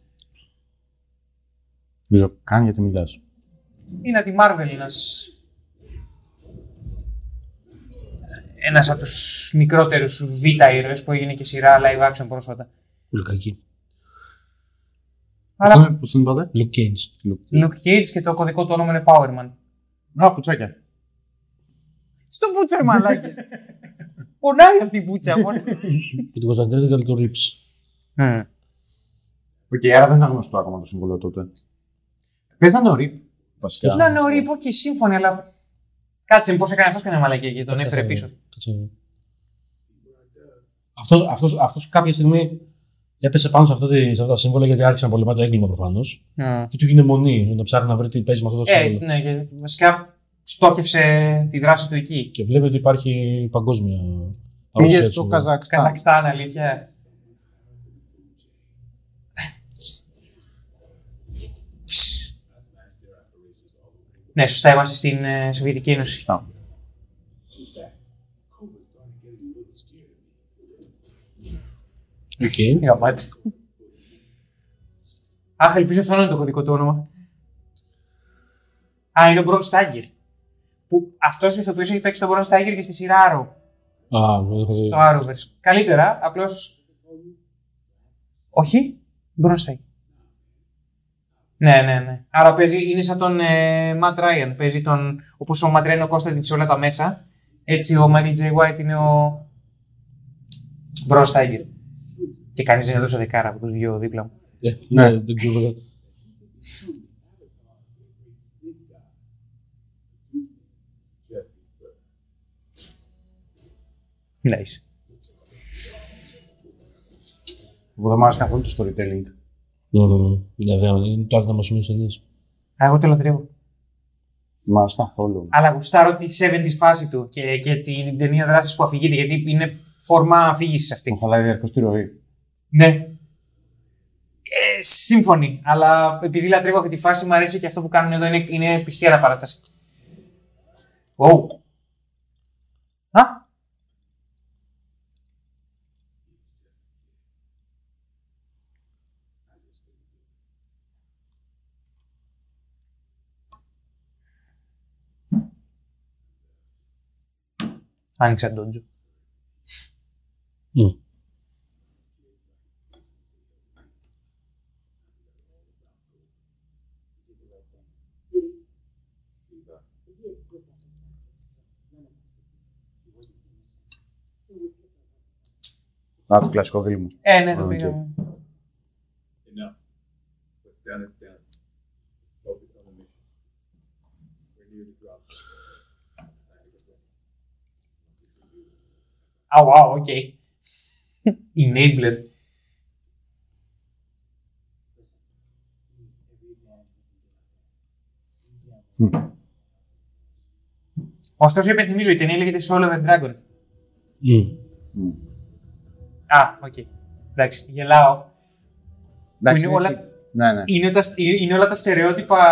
Speaker 1: Νομίζω καν γιατί μιλάς.
Speaker 2: Είναι από τη Marvel ένας... Ένας από τους μικρότερους β' ήρωες που έγινε και σειρά live action πρόσφατα.
Speaker 3: Πολύ κακή.
Speaker 2: Αλλά
Speaker 1: Πώς τον είπατε?
Speaker 3: Luke Cage.
Speaker 2: Luke Cage και το κωδικό του όνομα είναι Powerman.
Speaker 1: Α, κουτσάκια.
Speaker 2: Στον Μπούτσα, ρε μαλάκες. Πονάει αυτή η Μπούτσα. πονάει.
Speaker 3: Και τον Κωνσταντίνο και τον Ρίψ.
Speaker 2: Μμμ.
Speaker 1: Οκ, άρα δεν ήταν γνωστό ακόμα το συμβολό τότε. Παίζανε ο Ρίπ.
Speaker 3: Βασικά.
Speaker 2: Να είναι ωραίο και σύμφωνοι, αλλά. Κάτσε, πώς έκανε αυτός κανένα μαλακία και τον έφερε πίσω.
Speaker 3: Κάτσε να δω. Αυτός, αυτός, αυτός κάποια στιγμή έπεσε πάνω σε, αυτό, τη- σε αυτά τα σύμβολα γιατί άρχισε να πολεμάει το έγκλημα προφανώς.
Speaker 2: Μμμ.
Speaker 3: Και του έγινε μονή να ψάχνει να βρει τι παίζει με αυτό το
Speaker 2: Ε,
Speaker 3: σύμβολο.
Speaker 2: ναι, και βασικά στόχευσε τη δράση του εκεί.
Speaker 3: Και βλέπει ότι υπάρχει παγκόσμια
Speaker 1: Πήγε
Speaker 3: παρουσία
Speaker 1: στο
Speaker 3: του.
Speaker 1: Καζακστάν.
Speaker 2: Καζακστάν, αλήθεια. Ναι, σωστά είμαστε στην ε, Σοβιετική Ένωση.
Speaker 3: Οκ.
Speaker 2: Γαμάτι. Αχ, ελπίζω αυτό να είναι το κωδικό του όνομα. Α, είναι ο Μπρον Στάγκερ. Που αυτός ο ηθοποιός έχει παίξει τον Μπρον Στάγκερ και στη σειρά Arrow.
Speaker 3: Α, εγώ έχω δει.
Speaker 2: Στο Arrowverse. Καλύτερα, απλώς. Όχι, Μπρον Στάγκερ. Ναι, ναι, ναι. Άρα παίζει, είναι σαν τον ε, Ματ Ράιαν. Παίζει τον. Όπως ο Ματ Ράιαν είναι ο Κώσταντιν σε όλα τα μέσα. Έτσι ο Μάικλ Τζέι White είναι ο. Μπρον Στάγκερ. Και κανείς δεν έδωσε δεκάρα από τους δύο δίπλα μου.
Speaker 3: Ε, Ναι, δεν ξέρω.
Speaker 2: Nice.
Speaker 1: Εγώ δεν μου άρεσε καθόλου το storytelling.
Speaker 3: Ναι, ναι, ναι. Ναι, δεν- Είναι το άθλημα σημείο της ταινίας.
Speaker 2: Α, εγώ το λατρεύω.
Speaker 1: Δεν μου άρεσε καθόλου.
Speaker 2: Αλλά γουστάρω τη 70 φάση του και, και την ταινία δράσης που αφηγείται, γιατί είναι φόρμα αφήγησης αυτή.
Speaker 1: Μου χαλάει διαρκώς τη ροή.
Speaker 2: Ναι. Ε, σύμφωνοι. Αλλά επειδή λατρεύω αυτή τη φάση, μου αρέσει και αυτό που κάνουν εδώ είναι, είναι πιστή αναπαράσταση. Wow. Α! Άνοιξα τον Τζο.
Speaker 3: Ναι.
Speaker 1: Α, το κλασικό δίλημα.
Speaker 2: Ε, ναι, το
Speaker 1: Οκ.
Speaker 2: πήγαμε.
Speaker 5: enough. But down is down. Focus on the mission. We're near the drop.
Speaker 2: Α, wow, οκ. Enabler. Ωστόσο, υπενθυμίζω, η ταινία λέγεται Soul of the Dragon.
Speaker 3: Μμ.
Speaker 2: Α, οκ. Εντάξει, γελάω.
Speaker 1: Εντάξει,
Speaker 2: είναι όλα-
Speaker 1: Ναι, ναι.
Speaker 2: Είναι, τα, είναι όλα τα στερεότυπα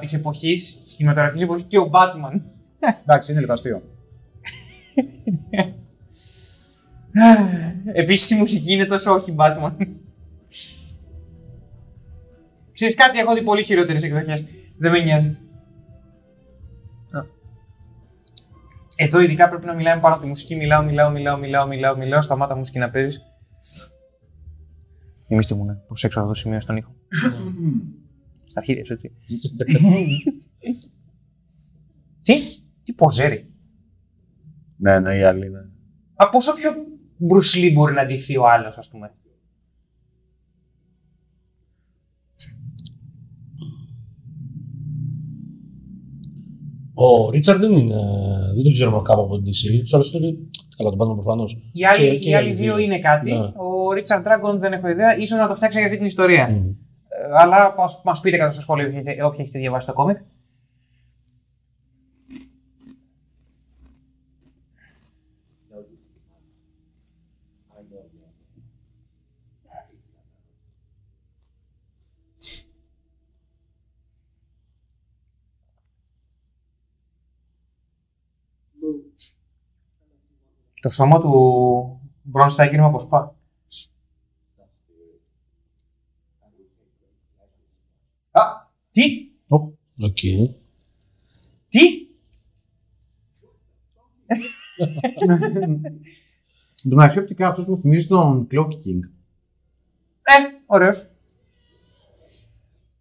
Speaker 2: της εποχής, της κινηματογραφικής εποχής και ο Batman.
Speaker 1: Εντάξει, είναι λίγο αστείο.
Speaker 2: Επίσης η μουσική είναι τόσο όχι Batman. Ξέρεις κάτι, έχω δει πολύ χειρότερες εκδοχές. Δεν με νοιάζει. Εδώ ειδικά πρέπει να μιλάμε πάνω από τη μουσική. Μιλάω, μιλάω, μιλάω, μιλάω, μιλάω, μιλάω. Σταμάτα μουσική να παίζεις. Θυμήστε μου να προσέξω αυτό το σημείο στον ήχο. Στα αρχίδια σου, έτσι. τι, τι ποζέρι.
Speaker 1: Ναι, ναι, η άλλη. Ναι.
Speaker 2: Μα πόσο πιο μπρουσλί μπορεί να ντυθεί ο άλλος, ας πούμε.
Speaker 3: Ο Ρίτσαρντ δεν είναι. Δεν τον ξέρουμε κάπου από την DC. Του άλλου του Καλά, τον Batman προφανώς.
Speaker 2: Οι άλλοι,
Speaker 3: Και- και
Speaker 2: οι άλλοι
Speaker 3: οι
Speaker 2: δύο
Speaker 3: δύο.
Speaker 2: είναι κάτι.
Speaker 3: Ναι.
Speaker 2: Ο Richard Dragon δεν έχω ιδέα. ίσως να το φτιάξει για αυτή την ιστορία. Ε, αλλά μας, μας πείτε κάτω στο σχόλιο όποιοι έχετε- όποιοι έχετε διαβάσει το κόμικ. Το σώμα του Μπρον Στάγκερ με αποσπά. Α, τι,
Speaker 3: Οκ.
Speaker 2: τι.
Speaker 1: Εν τω μεταξύ, οπτικά αυτό μου θυμίζει τον Clock King.
Speaker 2: Ε, ωραίος.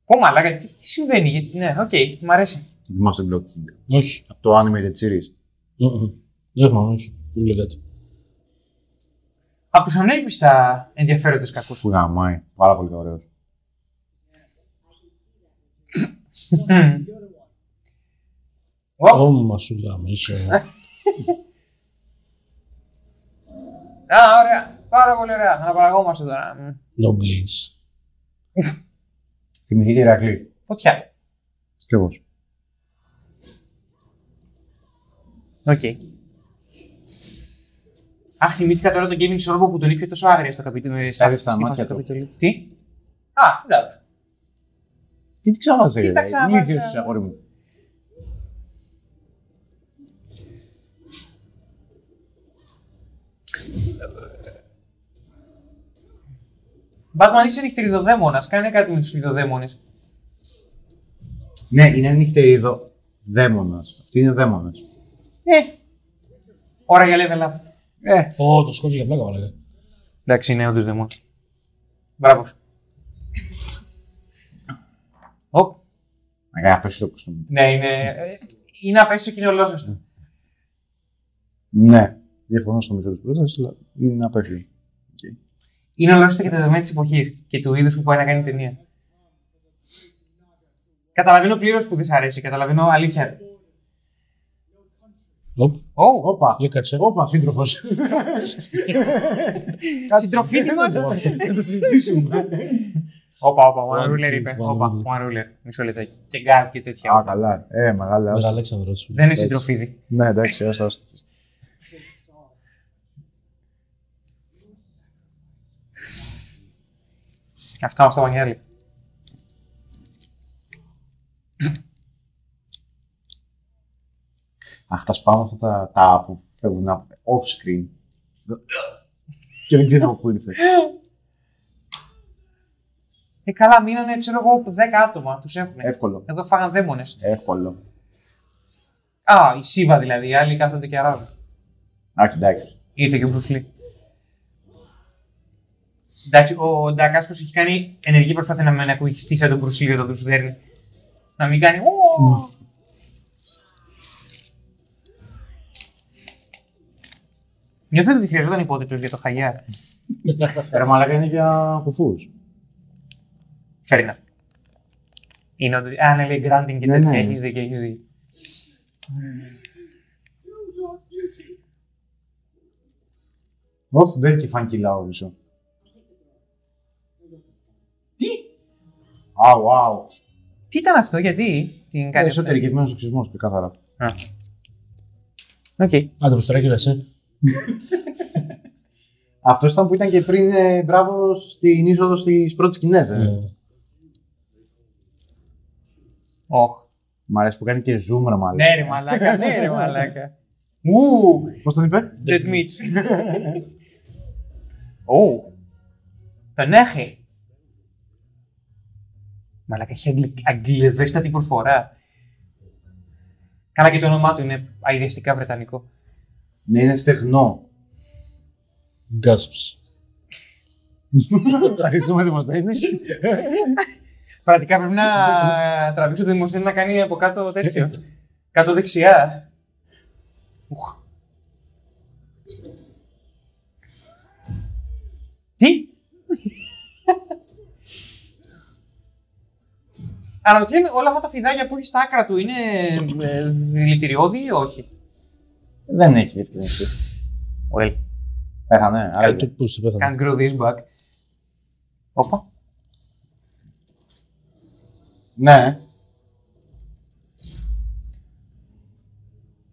Speaker 2: Πω μαλάκα, τι, τι συμβαίνει. Γιατί... Ναι, οκ, μ' αρέσει.
Speaker 1: Θυμάσαι Block King.
Speaker 3: Όχι.
Speaker 1: Από το animated series.
Speaker 3: Μμμ. Δεν θυμάμαι, όχι. Δεν λέει κάτι.
Speaker 2: Από τους ανέλπιστα ενδιαφέροντες κακούς.
Speaker 1: Σου γαμάει. Πάρα πολύ ωραίος.
Speaker 2: Ω,
Speaker 3: Ω, μα σου γαμίσω.
Speaker 2: Α, ωραία. Πάρα πολύ ωραία. Αναπαραγόμαστε τώρα. Μμ.
Speaker 3: No bleeds.
Speaker 1: Θυμηθείτε Ηρακλή.
Speaker 2: Φωτιά.
Speaker 1: Ακριβώ.
Speaker 2: Οκ. Αχ, θυμήθηκα τώρα τον Κέβιν Σόρμπο που τον είπε τόσο άγρια στο καπιτολί.
Speaker 1: Κάτσε στα μάτια του.
Speaker 2: Τι. Α, εντάξει.
Speaker 1: Και τι ξαβάζε, ρε.
Speaker 2: Κοίταξα, βάζα.
Speaker 1: Ηλίθιος είσαι, αγόρι μου.
Speaker 2: Batman είσαι νυχτεριδοδαίμονας. Κάνε κάτι με τους φιδοδαίμονε.
Speaker 1: Ναι, είναι νυχτερίδο δαίμονας. Αυτή είναι δαίμονας.
Speaker 2: Ε. Ώρα για level up.
Speaker 1: Ε,
Speaker 3: Ω, το σκότωσε για πλάκα, μαλάκα.
Speaker 2: Εντάξει, είναι όντως δαιμόν. Μπράβος σου. Ωπ.
Speaker 1: να κάνει να πέσει το κουστούμι.
Speaker 2: Ναι, είναι. ε, Είναι απέσιο και είναι ολόσωστο.
Speaker 1: Ναι, διαφωνώ στο μισό της πρότασης, αλλά είναι να πέσει.
Speaker 2: Είναι ολόσωστο και τα δεδομένα της εποχής και του είδους που πάει να κάνει ταινία. Καταλαβαίνω πλήρως που δεν σ' αρέσει. Καταλαβαίνω αλήθεια.
Speaker 3: Οπ,
Speaker 2: Ω,
Speaker 1: Όπα,
Speaker 3: για κάτσε.
Speaker 1: όπα, σύντροφος. Κάτσε.
Speaker 2: Συντροφίτη μας.
Speaker 1: Θα το συζητήσουμε.
Speaker 2: όπα, όπα, one
Speaker 3: One
Speaker 2: ruler
Speaker 3: kick,
Speaker 2: είπε.
Speaker 3: one
Speaker 2: Όπα,
Speaker 3: ruler.
Speaker 2: one ruler. Μισό λεπτάκι. Και guard και τέτοια.
Speaker 1: Α, καλά. Ε, μεγάλα.
Speaker 3: Μεγάλα
Speaker 1: άστα.
Speaker 3: Αλέξανδρος.
Speaker 2: Δεν είναι
Speaker 1: εντάξει.
Speaker 2: συντροφίδι.
Speaker 1: Ναι, εντάξει, άστα, άστα. άστα.
Speaker 2: Αυτό αυτό μαγιάλι.
Speaker 1: Αχ, τα σπάμε αυτά τα, τα που φεύγουν από off screen. και δεν ξέρω από πού ήρθε.
Speaker 2: Ε, καλά, μείνανε, ξέρω εγώ, 10 άτομα. Τους έχουν.
Speaker 1: Εύκολο.
Speaker 2: Εδώ φάγαν δαίμονες.
Speaker 1: Εύκολο.
Speaker 2: Α, η Σίβα δηλαδή. Οι άλλοι κάθονται και αράζουν.
Speaker 1: Εντάξει, εντάξει.
Speaker 2: Ήρθε και ο Bruce Lee. Εντάξει, ο Ντακάσκο έχει κάνει ενεργή προσπάθεια να με ακουγιστεί σαν τον Bruce Lee όταν του δέρνει. Να μην κάνει. «Ω». Νιώθετε ότι χρειαζόταν υπότιτλος για το χαγιάρ.
Speaker 1: Ρε μαλάκα είναι για κουφούς.
Speaker 2: Fair enough. Είναι ότι. Α, ναι, λέει granting και
Speaker 1: Ναι,
Speaker 2: τέτοια.
Speaker 1: ναι.
Speaker 2: Έχεις δίκιο, έχει δίκιο.
Speaker 1: Όχι, δεν και φάνηκε λαό πίσω. Τι! Αου, αου.
Speaker 2: Τι ήταν αυτό, γιατί την
Speaker 1: Κάτι
Speaker 2: κάνει.
Speaker 1: εσωτερικευμένος οξυσμός, ξεκάθαρα.
Speaker 2: Α. Οκ.
Speaker 3: Άντε, πως τώρα κιόλας, ε.
Speaker 1: Αυτός ήταν που ήταν και πριν ε, μπράβο στην είσοδο στις πρώτες σκηνές. Ε.
Speaker 3: Ε,
Speaker 2: Οχ.
Speaker 1: Μ' αρέσει που κάνει και zoom, ρε μάλλον.
Speaker 2: Ναι, ρε μαλάκα, ναι, ρε μαλάκα. Ου,
Speaker 1: Πώς τον είπε,
Speaker 2: dead meat. Ου, τον έχει. Μαλάκα, έχει αγγλι- αγγλιευέστατη προφορά. Καλά και το όνομά του είναι αειδιαστικά βρετανικό.
Speaker 1: Ναι, είναι στεγνό.
Speaker 3: gasps.
Speaker 1: Ευχαριστούμε, Δημοσθένη.
Speaker 2: Πραγματικά πρέπει να τραβήξω το δημοσίευμα να κάνει από κάτω τέτοιο. κάτω δεξιά. Ουχ. Τι? Αναρωτιέμαι, όλα αυτά τα φιδάκια που έχεις στα άκρα του είναι ε, δηλητηριώδη ή όχι.
Speaker 1: Δεν έχει διευκρινιστεί.
Speaker 2: Well,
Speaker 1: Πέθανε, άρα.
Speaker 3: Κάτι που στο πέθανε.
Speaker 2: can't grow this back. Όπα.
Speaker 1: Ναι,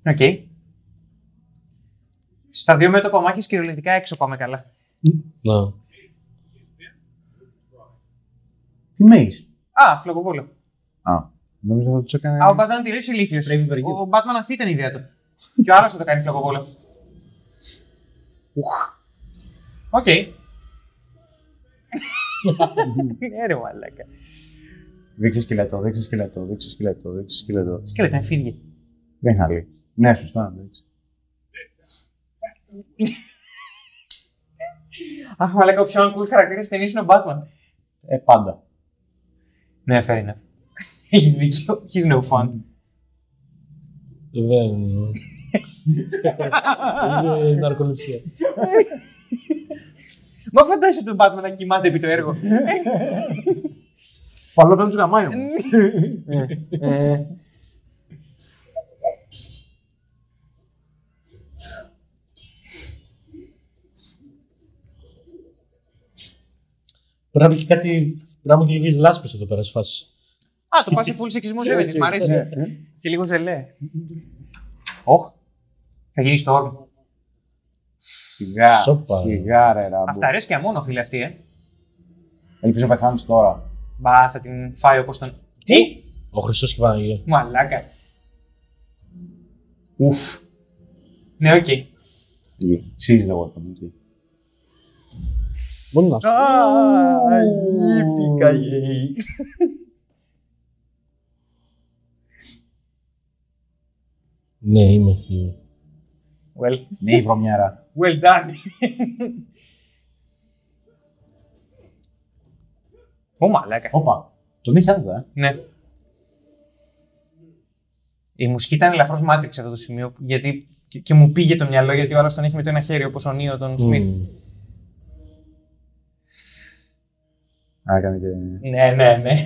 Speaker 2: Οκ. Στα δύο μέτωπα μάχης κυριολεκτικά έξω πάμε καλά.
Speaker 3: Ναι.
Speaker 1: τι μέει.
Speaker 2: Α, φλογοβόλο.
Speaker 1: Α, νομίζω θα τους έκανε.
Speaker 2: Α, ο Batman τη λύσει ηλίθιο.
Speaker 1: Πρέπει
Speaker 2: Ο, ο Batman αυτή ήταν η ιδέα του. Και ο άλλος θα το κάνει φλογοβόλο. Ουχ. Ε, Οκ. Ναι, ρε μαλάκα.
Speaker 1: Δείξει σκελετό, δείξει σκελετό, δείξει σκελετό, δείξει σκελετό.
Speaker 2: Σκέλετα, εμφύδια.
Speaker 1: Δεν είναι άλλη. Ναι, σωστά, εντάξει.
Speaker 2: Αχ, μαλάκα, ο πιο uncool χαρακτήρας στην ταινία είναι ο Batman.
Speaker 1: Ε, πάντα.
Speaker 2: Ναι, fair enough. Έχεις δίκιο. He's no fun.
Speaker 3: Δεν. Είναι ναρκοληψία.
Speaker 2: Μα φαντάζεσαι τον Batman να κοιμάται επί το έργο. Ε.
Speaker 1: Παλό φέρνει του γαμάιο μου.
Speaker 3: Πρέπει και κάτι. Πράγμα και λίγο λάσπε εδώ πέρα στη φάση.
Speaker 2: Α, το πας σε full σεξισμό ζεύγης, μ' αρέσει.
Speaker 1: Ε,
Speaker 2: Και λίγο ζελέ. Όχ. Θα γυρίσει το όρμο.
Speaker 1: Σιγά,
Speaker 3: Σοπα.
Speaker 1: σιγά ρε ράμπο.
Speaker 2: Αυτά αρέσει και μόνο, φίλε αυτή, ε.
Speaker 1: Ελπίζω να πεθάνεις τώρα.
Speaker 2: Μπα, θα την φάει όπως τον. Τι!
Speaker 3: Ο Χριστός και η Παναγία.
Speaker 2: Μαλάκα. Ουφ. Ναι, οκ.
Speaker 1: She's the weapon.
Speaker 3: Μπορεί να σου.
Speaker 1: Ζήπηκα γεϊ.
Speaker 3: Ναι, είμαι. είμαι.
Speaker 2: Well.
Speaker 1: Ναι, η βρωμιάρα.
Speaker 2: Well done. Ω, μαλάκα.
Speaker 1: Όπα, τον είχε άνετα, ε.
Speaker 2: Ναι. Η μουσική ήταν ελαφρώς μάτριξ αυτό το σημείο, γιατί και, και μου πήγε το μυαλό, γιατί ο άλλος τον έχει με το ένα χέρι, όπως ο Νίο τον Σμιθ.
Speaker 3: Μμμ.
Speaker 1: Α, έκανε και...
Speaker 2: Ναι, ναι, ναι.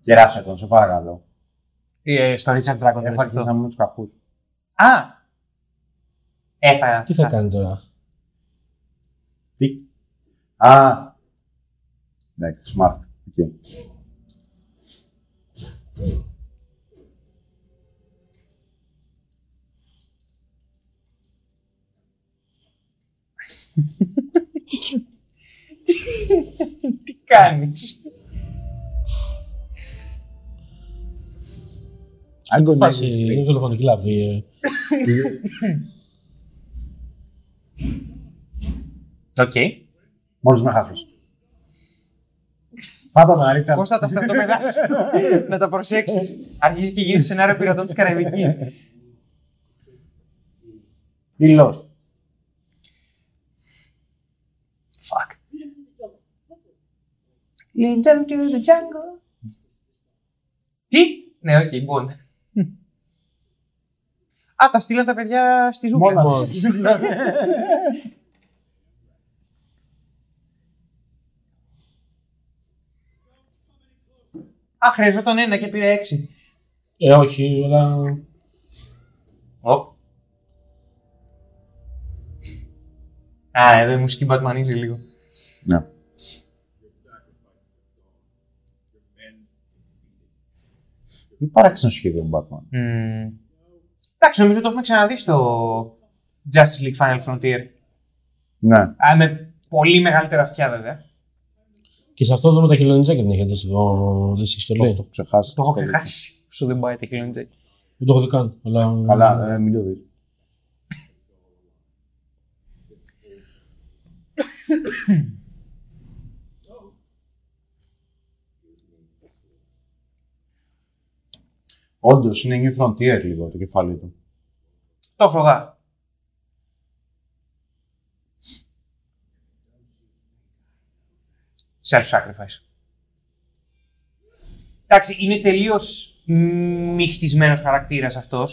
Speaker 1: Κεράσε τον, σε παρακαλώ.
Speaker 2: Ε, στο Richard Dragon δεν
Speaker 1: Έχω αρχίσει να
Speaker 2: αυτό.
Speaker 1: μου τους κακούς.
Speaker 2: Α! Ε, θα...
Speaker 3: Τι θα κάνει τώρα.
Speaker 1: Τι. Α. Εντάξει, smart. Οκ.
Speaker 2: Τι κάνεις.
Speaker 3: Αν
Speaker 1: Agony
Speaker 3: κονίσει.
Speaker 1: is great.
Speaker 3: Είναι δολοφονική λαβή. ε.
Speaker 2: Οκ.
Speaker 1: Μόλις με χάσεις. Φάτα τον Ρίτσαρντ.
Speaker 2: Κώστα τα στρατόπεδά σου. να τα προσέξεις. Αρχίζει και γίνει σενάριο πειρατών της Καραϊβικής.
Speaker 1: Ήλιος.
Speaker 2: Fuck. Lead them to the jungle. Τι! Ναι, οκ, Bond. Α, τα στείλαν τα παιδιά στη ζούγκλα.
Speaker 1: Μόνος.
Speaker 2: Α, χρειαζόταν ένα και πήρε έξι.
Speaker 3: Ε, όχι, αλλά.
Speaker 2: Ω. Α, εδώ η μουσική μπατμανίζει λίγο.
Speaker 1: Ναι. Μη παράξενο σχέδιο Batman.
Speaker 2: Μμμ. Εντάξει, νομίζω το έχουμε ξαναδεί στο Justice League Final Frontier.
Speaker 1: Ναι.
Speaker 2: Α, με πολύ μεγαλύτερα αυτιά βέβαια.
Speaker 3: Και σε αυτό εδώ με τα χελονιτζάκια δεν έχει αντίστοιχο. Δεν έχεις στολή.
Speaker 1: Το έχω ξεχάσει.
Speaker 2: Ναι. Το έχω ξεχάσει. Σου δεν πάει τα χιλιόμετρα.
Speaker 3: Δεν το έχω δει καν. Αλλά...
Speaker 1: Καλά,
Speaker 2: Ναι.
Speaker 1: ε, μην το δεις. Όντως, είναι New Frontier λίγο το κεφάλι του.
Speaker 2: Τόσο γά. Self-sacrifice. Εντάξει, είναι τελείως μυχτισμένος χαρακτήρας αυτός.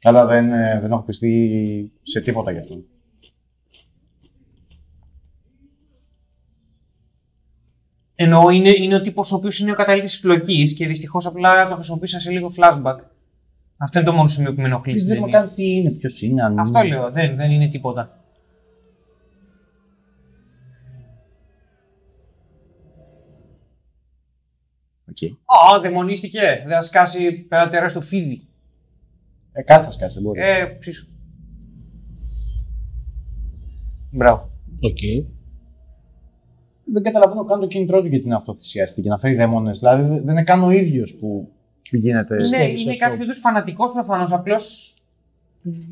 Speaker 1: Καλά, δεν, ε, δεν έχω πιστεί σε τίποτα γι' αυτό.
Speaker 2: Εννοώ είναι, είναι ο τύπος ο οποίος είναι ο καταλήτη τη πλοκή και δυστυχώς απλά το χρησιμοποίησα σε λίγο flashback. Αυτό είναι το μόνο σημείο που με ενοχλεί στην
Speaker 1: Δεν μου
Speaker 2: ταινία.
Speaker 1: κάνει τι είναι, ποιος είναι, αν
Speaker 2: Αυτό
Speaker 1: είναι.
Speaker 2: λέω, δεν, δεν είναι τίποτα.
Speaker 1: Οκ. Ε,
Speaker 2: Α, δαιμονίστηκε. Δεν θα σκάσει πέρα τεράστιο φίδι.
Speaker 1: Ε, κάτι θα σκάσει, δεν μπορεί.
Speaker 2: Ε, ψήσου. Μπράβο.
Speaker 3: Οκ.
Speaker 1: δεν καταλαβαίνω καν το κίνητρό του γιατί να αυτοθυσιαστεί και να φέρει δαίμονες. Δηλαδή δε- δεν είναι καν ο ίδιος που γίνεται.
Speaker 2: Ναι,
Speaker 3: σκέφτεσαι
Speaker 2: είναι
Speaker 3: αυτό.
Speaker 2: κάποιος είδους φανατικός προφανώς. Απλώς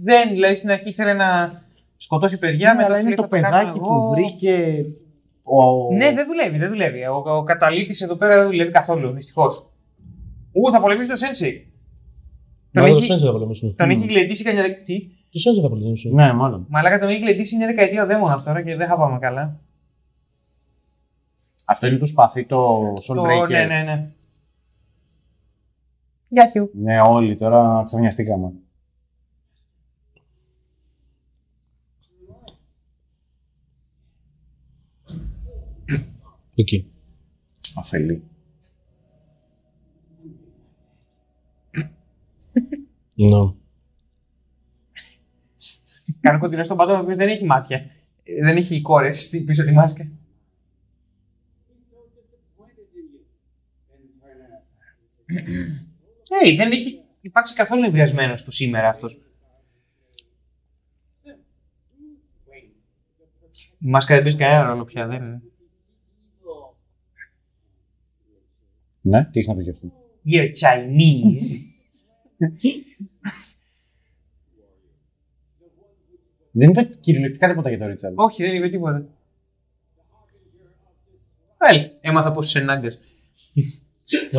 Speaker 2: δεν, δηλαδή στην αρχή ήθελε να σκοτώσει παιδιά,
Speaker 1: Ναι,
Speaker 2: μετά
Speaker 1: αλλά
Speaker 2: σου
Speaker 1: είναι
Speaker 2: λέει,
Speaker 1: το
Speaker 2: «Θα κάνω
Speaker 1: παιδάκι
Speaker 2: εγώ».
Speaker 1: που βρήκε. Ο...
Speaker 2: Ναι, δεν δουλεύει, δεν δουλεύει. Ο, ο καταλήτης εδώ πέρα δεν δουλεύει καθόλου, δυστυχώς. Ού, θα πολεμήσει το Σένσι. Τον
Speaker 3: Να δω το
Speaker 2: έχει,
Speaker 3: Σέντζε θα πολεμήσουμε.
Speaker 2: τον έχει γλεντήσει κανένα. Τι.
Speaker 3: Του έτσι θα προτιμήσω.
Speaker 1: Ναι, μάλλον.
Speaker 2: Μαλάκα τον Eagle Edition είναι δεκαετία δαίμονας τώρα και δεν θα πάμε καλά.
Speaker 1: Αυτό είναι το σπαθί το Soul
Speaker 2: Το-
Speaker 1: Breaker.
Speaker 2: ναι, ναι, ναι. Γεια σου.
Speaker 1: Ναι, όλοι τώρα ξαφνιαστήκαμε.
Speaker 3: Εκεί.
Speaker 1: Αφελή.
Speaker 3: Ναι.
Speaker 2: Κάνω κοντινό στον πατέρα, ο οποίος δεν έχει μάτια. Ε, Δεν έχει κόρες πίσω τη μάσκα. Ε, δεν έχει υπάρξει καθόλου εμβριασμένο του σήμερα αυτός. Η μάσκα δεν παίζει κανένα ρόλο πια, δεν.
Speaker 1: Ναι, τι έχεις να πεις γι' αυτό.
Speaker 2: You're Chinese.
Speaker 1: Δεν είπε κυριολεκτικά τίποτα για το Ρίτσαρντ.
Speaker 2: Όχι, δεν είπε τίποτα. Well, έμαθα πώ ενάγκε.
Speaker 3: Ε,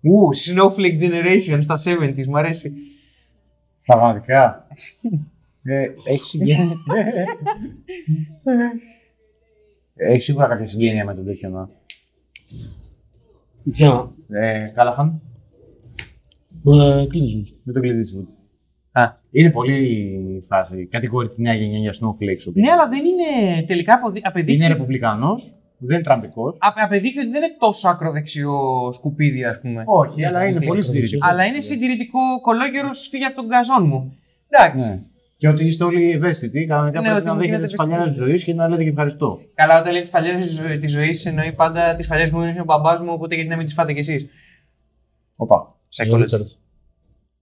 Speaker 2: Ου, Snowflake Generation στα 70s, μου αρέσει.
Speaker 1: Πραγματικά. ε, έχει συγγένεια. έχει σίγουρα κάποια συγγένεια με τον τέτοιο. ναι.
Speaker 3: Ποια.
Speaker 1: Ε, Κάλαχαν.
Speaker 3: Ε, Κλείνει.
Speaker 1: Με τον Clint Eastwood.
Speaker 2: Α.
Speaker 1: Είναι πολύ φάση. Κατηγορεί τη νέα γενιά για snowflakes. ο οποίος.
Speaker 2: Ναι, αλλά δεν είναι τελικά αποδει- απεδείχθη.
Speaker 1: Είναι ρεπουμπλικανός, δεν είναι τραμπικός.
Speaker 2: α- απεδείχθη ότι δεν είναι τόσο ακροδεξιό σκουπίδι, ας πούμε.
Speaker 1: Όχι, αλλά είναι πολύ συντηρητικό.
Speaker 2: Αλλά είναι συντηρητικό κολόγερος φύγει από τον καζόν μου. Εντάξει.
Speaker 1: Ναι. Και ότι είστε όλοι ευαίσθητοι, κανονικά
Speaker 2: Ναι,
Speaker 1: πρέπει
Speaker 2: ότι
Speaker 1: να
Speaker 2: μου
Speaker 1: δέχετε
Speaker 2: γίνεται
Speaker 1: τις παλιάρες τη ζωής και να λέτε και ευχαριστώ.
Speaker 2: Καλά, όταν λέει τι φαλιέ της ζωής, εννοεί πάντα τις φαλιέ μου είναι ο μπαμπάς μου, οπότε γιατί να μην τις φάτε κι εσείς.
Speaker 1: Οπα.
Speaker 2: Psychologist.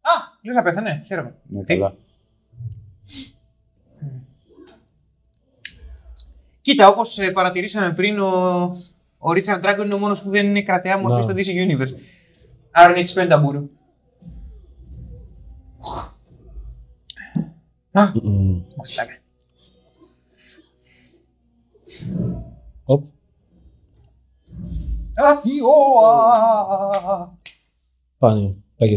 Speaker 2: Α, λες να πέθανε, χαίρομαι.
Speaker 1: Ναι,
Speaker 2: Τι?
Speaker 1: καλά.
Speaker 2: Κοίτα, όπως παρατηρήσαμε πριν, ο, ο Richard Dragon είναι ο μόνος που δεν είναι κρατεά μορφής
Speaker 3: Ναι.
Speaker 2: στο DC Universe. Άρα είναι εξπένταμπουρου. Α,
Speaker 3: Μμμ.
Speaker 2: μαλάκα.
Speaker 3: Οπ.
Speaker 2: Αχιόα!
Speaker 3: Πάνε. Πάγες.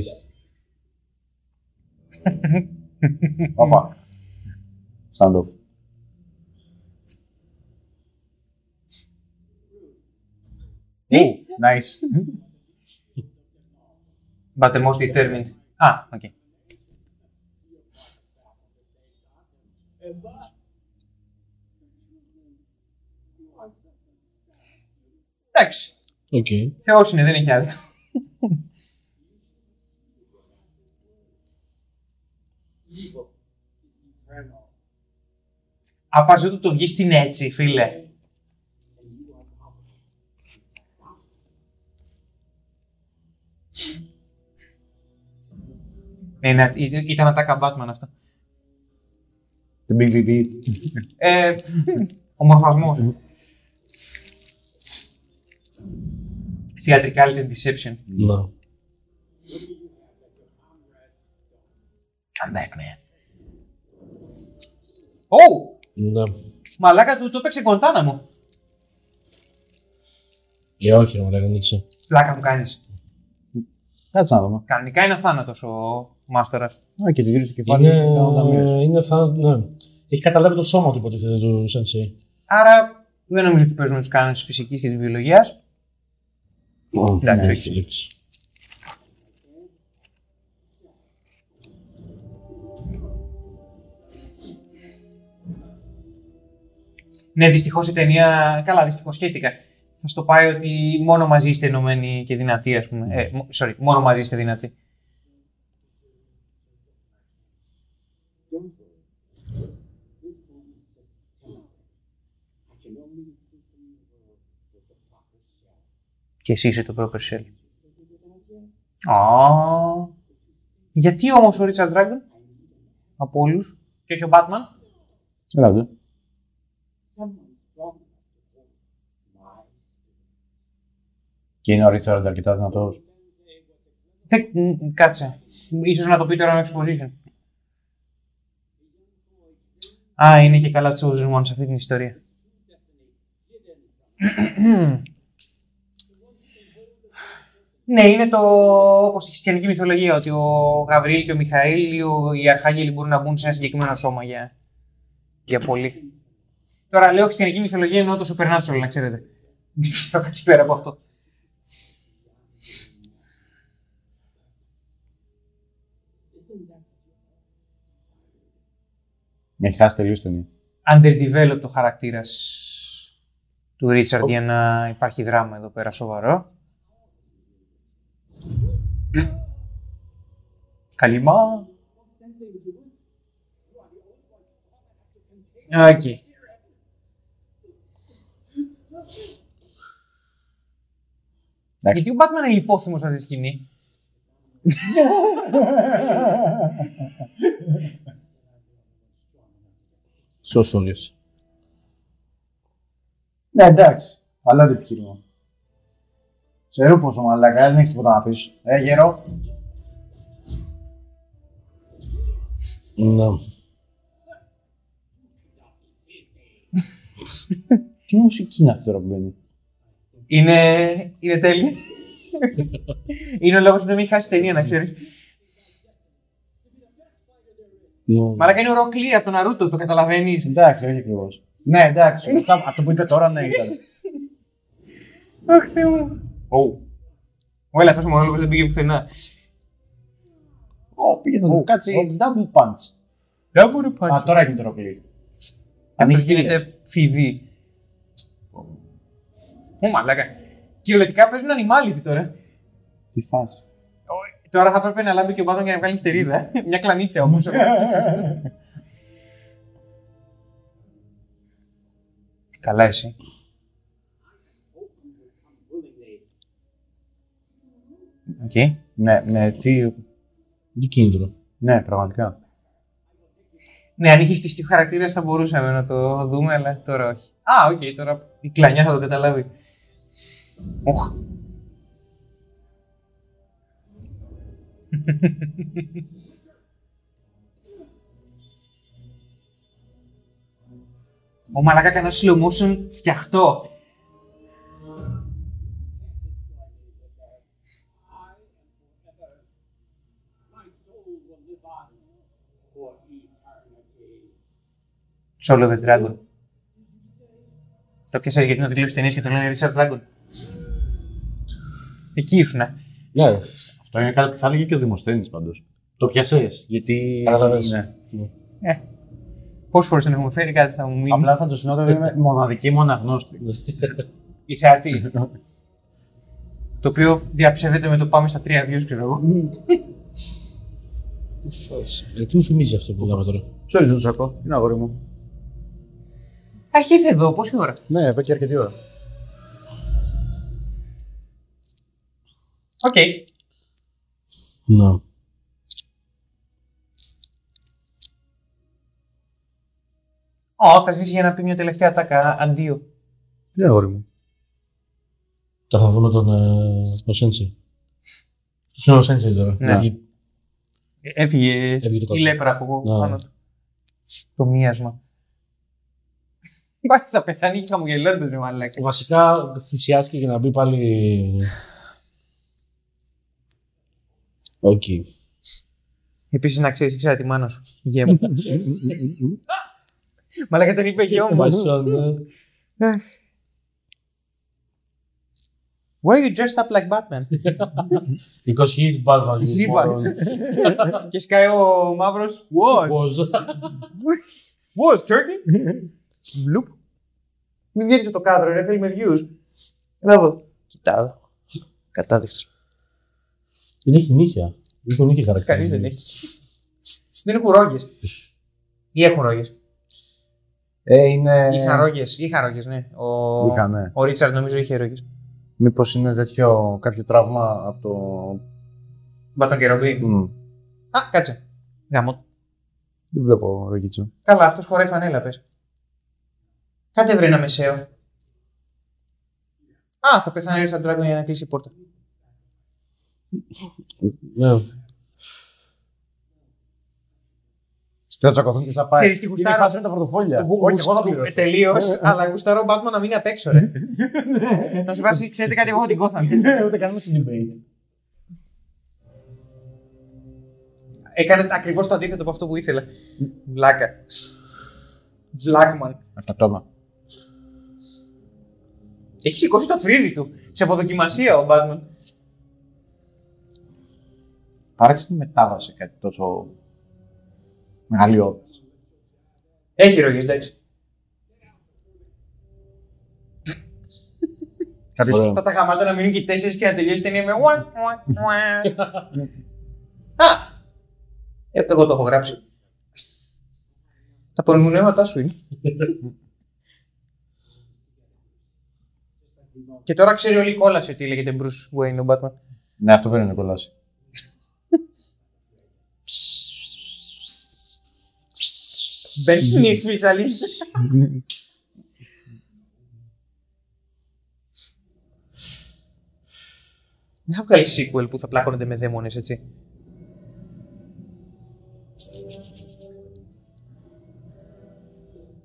Speaker 1: Οπα. Stand off.
Speaker 2: Τι?
Speaker 1: Ου, Nice.
Speaker 2: But the most determined. Α, οκ. Εντάξει.
Speaker 3: Οκ.
Speaker 2: Θεός είναι, δεν έχει άδικο. Απαζού του το βγεις στην έτσι, φίλε. Ναι, ναι, ή- ήταν ατάκα Batman αυτό.
Speaker 1: The big BB.
Speaker 2: Ε, ο μορφασμός. Theatricality and deception.
Speaker 1: Ναι.
Speaker 3: Να.
Speaker 2: I'm Batman. Oh!
Speaker 3: Ναι.
Speaker 2: Μαλάκα του το έπαιξε κοντάνα μου.
Speaker 3: Ε, όχι, ρε μαλάκα, δεν ξέρω.
Speaker 2: Πλάκα μου κάνεις.
Speaker 1: Κάτσε να δούμε.
Speaker 2: Κανονικά είναι αθάνατος ο μάστορας.
Speaker 1: Α, και του γύρισε το κεφάλι.
Speaker 3: Είναι,
Speaker 1: και κάνω τα μία.
Speaker 3: είναι θα, ναι. Έχει καταλάβει το σώμα του υποτίθεται του Sensei.
Speaker 2: Άρα δεν νομίζω ότι παίζουμε τους κανόνες της φυσικής και της βιολογίας. Εντάξει,
Speaker 1: Ναι.
Speaker 2: όχι.
Speaker 3: Εντάξει.
Speaker 2: Ναι, δυστυχώς η ταινία... Καλά, δυστυχώς χαίστηκα. Θα στο πάει ότι μόνο μαζί είστε ενωμένοι και δυνατοί, ας πούμε. Ε, μο- sorry, μόνο μαζί είστε δυνατοί. Και εσύ είσαι το proper shell. Α, γιατί όμως ο Richard Dragon από όλους και όχι ο Batman.
Speaker 1: Έλα, ντε. Και είναι ο Ρίτσαρντ αρκετά δυνατός.
Speaker 2: Τε- μ, Κάτσε. Ίσως να το πει τώρα ένα exposition. Α, είναι και καλά chosen one σε αυτή την ιστορία. Ναι, είναι το όπως στη χριστιανική μυθολογία, ότι ο Γαβριήλ και ο Μιχαήλ ή ο, οι αρχάγγελοι μπορούν να μπουν σε ένα συγκεκριμένο σώμα για, για πολύ. Τώρα λέω χριστιανική μυθολογία εννοώ το supernatural, να ξέρετε. Δεν ξέρω κάτι πέρα από αυτό.
Speaker 1: Με έχει χάσει τελείως ταινία.
Speaker 2: underdeveloped ο χαρακτήρας του Ρίτσαρντ για να υπάρχει δράμα εδώ πέρα σοβαρό. Καλημά. Α, Εκεί.
Speaker 1: Εντάξει.
Speaker 2: Γιατί ο Batman είναι λιπόθυμος σε αυτή τη σκηνή.
Speaker 3: Σωστό όλε.
Speaker 1: Ναι, εντάξει. Αλλά το επιχείρημα. Ξέρω πόσο μαλακά, δεν έχεις τίποτα να πεις. Ε, γερό.
Speaker 3: Ναι.
Speaker 1: Τι μουσική είναι αυτή τώρα που μπαίνει.
Speaker 2: Είναι, είναι τέλεια. είναι ο λόγος που δεν με έχει χάσει ταινία, να ξέρεις.
Speaker 3: Ναι.
Speaker 2: Μαλάκα είναι ο Ροκλή από τον Ναρούτο, το καταλαβαίνεις.
Speaker 1: Εντάξει, όχι ακριβώς. Ναι, εντάξει. Αυτά- αυτό που είπε τώρα, ναι, ήταν.
Speaker 2: Αχ, Θεέ μου. Ο ελαφρύ μονόλογος δεν πήγε πουθενά.
Speaker 1: Ω, πήγε το. Κάτσε. Double punch.
Speaker 2: Δεν μπορεί
Speaker 1: Α, τώρα έχει το ροκλή.
Speaker 2: Αυτό
Speaker 1: Ανοίγει
Speaker 2: γίνεται φιδί. Μου μαλάκα. Κυριολεκτικά παίζουν animality τώρα.
Speaker 1: Τι φάση.
Speaker 2: Τώρα θα έπρεπε να λάμπει και ο Batman για να βγάλει φτερίδα. Μια κλανίτσα όμως. Καλά εσύ. Οκ.
Speaker 1: Ναι, ναι, τι.
Speaker 3: Τι κίνητρο.
Speaker 1: Ναι, πραγματικά.
Speaker 2: Ναι, αν είχε χτιστεί ο χαρακτήρας θα μπορούσαμε να το δούμε, αλλά τώρα όχι. Α, οκ, τώρα η κλανιά θα το καταλάβει. Οχ. Ο μαλακά κανένα slow motion φτιαχτό. Solo the Dragon. Το πιάσες γιατί είναι ο τίτλος της ταινίας και το λένε Richard Dragon. Εκεί ήσουνα.
Speaker 3: Ναι.
Speaker 1: Αυτό είναι κάτι που θα έλεγε και ο Δημοσθένης πάντως. Το πιασέ. Γιατί.
Speaker 3: Καταλαβαίνεις.
Speaker 1: Ναι.
Speaker 2: Ε. Πόσες φορές τον έχουμε φέρει κάτι θα μου μείνει.
Speaker 1: Απλά θα το συνόδευε με μοναδική μοναγνώστη.
Speaker 2: Η θεατή. το οποίο διαψεύδεται με το πάμε στα τρία views, ξέρω εγώ.
Speaker 3: Ε, Τι μου θυμίζει αυτό που είδαμε τώρα.
Speaker 1: Sorry, τον Σακό. Είναι αγόρι μου.
Speaker 2: Α, έχει έρθει εδώ, πόση ώρα.
Speaker 1: Ναι, εδώ και αρκετή ώρα.
Speaker 2: Οκ.
Speaker 3: Ναι.
Speaker 2: Ω, θα ζήσει για να πει μια τελευταία τάκα αντίο.
Speaker 1: Τι αγόρι μου.
Speaker 3: Τα θα δούμε τον, ε, τον Σένσεϊ. Του είναι ο Σένσεϊ τώρα.
Speaker 2: Ναι.
Speaker 3: Έφυγε-
Speaker 2: Ε, Έφυγε,
Speaker 3: Έφυγε το κάτω.
Speaker 2: η λέπρα από εγώ
Speaker 3: Ναι.
Speaker 2: πάνω του. Το μίασμα. Μπα θα πεθάνει και χαμογελώντας, ρε μαλάκα.
Speaker 3: Βασικά θυσιάστηκε για να μπει πάλι. Οκ.
Speaker 2: Επίσης, να ξέρεις, ήξερα τη μάνα σου. Γεια μου. Μαλάκα τον είπε γιο μου.
Speaker 3: Βασικά, ναι.
Speaker 2: Why you dressed up like Batman?
Speaker 3: Because he is bad value.
Speaker 2: Ζήβα.
Speaker 3: moron.
Speaker 2: και σκάει ο μαύρος. Was.
Speaker 3: Was.
Speaker 2: Was turkey. Βλουπ. Μην βγαίνει από το κάδρο, ρε, θέλει με views. Έλα εδώ. Κοιτά εδώ. Κατάδεικτο.
Speaker 3: Δεν έχει νύχια. Λοιπόν, νύχια χαρακτήρα.
Speaker 2: Κανείς δεν έχει. Δεν έχουν ρόγες. Ή έχουν ρόγες.
Speaker 1: Ε, είναι.
Speaker 2: Είχαν ρόγες. Είχαν ρόγες, ναι. Ο,
Speaker 1: Είχα, ναι.
Speaker 2: ο Ρίτσαρντ νομίζω είχε ρόγες.
Speaker 1: Μήπως είναι τέτοιο κάποιο τραύμα από το.
Speaker 2: Μπα τον καιροπή.
Speaker 1: Μμ,
Speaker 2: Α, κάτσε. Γαμώ.
Speaker 1: Δεν βλέπω ρογίτσο.
Speaker 2: Καλά, αυτός χωράει φανέλα, πες. Κάντε βρε ένα μεσαίο. Α, θα πεθάνει ο Ρίτσαρντ Dragon για να κλείσει η πόρτα.
Speaker 3: Ναι.
Speaker 1: Και θα τσακωθούν και θα πάει.
Speaker 2: Ξέρεις τι
Speaker 1: Είναι η
Speaker 2: γουστάρω.
Speaker 1: φάση με τα πορτοφόλια. Όχι, εγώ θα πληρώσω. Ε,
Speaker 2: Τελείω, αλλά γουστάρω ο Batman να μείνει απ' έξω, ρε. Θα σε βάζει, ξέρετε κάτι, εγώ έχω την κόθα.
Speaker 1: ε, Ναι, Ούτε κάνουμε συντημπέιτ.
Speaker 2: Έκανε ακριβώς το αντίθετο από αυτό που ήθελε. Βλάκα. Βλάκμαν.
Speaker 1: Αυταπτώμα.
Speaker 2: Έχει σηκώσει το φρύδι του. Σε αποδοκιμασία ο Batman.
Speaker 1: Παράξει την μετάβαση κάτι τόσο μεγαλειώδε.
Speaker 2: Έχει ρογέ, εντάξει.
Speaker 1: Κάποιος.
Speaker 2: Θα τα γαμάτα να μείνουν και οι τέσσερις και να τελειώσει η ταινία με. Ουα, ουα, ουα. Α! Ε, εγώ το έχω γράψει. Τα πολυμονέματά σου είναι. και τώρα ξέρει όλη η κόλαση ότι λέγεται Bruce Wayne ο Batman.
Speaker 1: Ναι, αυτό παίρνει Νικολά.
Speaker 2: Μπεν σνίφεις αλήθεια. Δεν θα βγάλεις sequel που θα πλάκωνονται με δαίμονες, έτσι.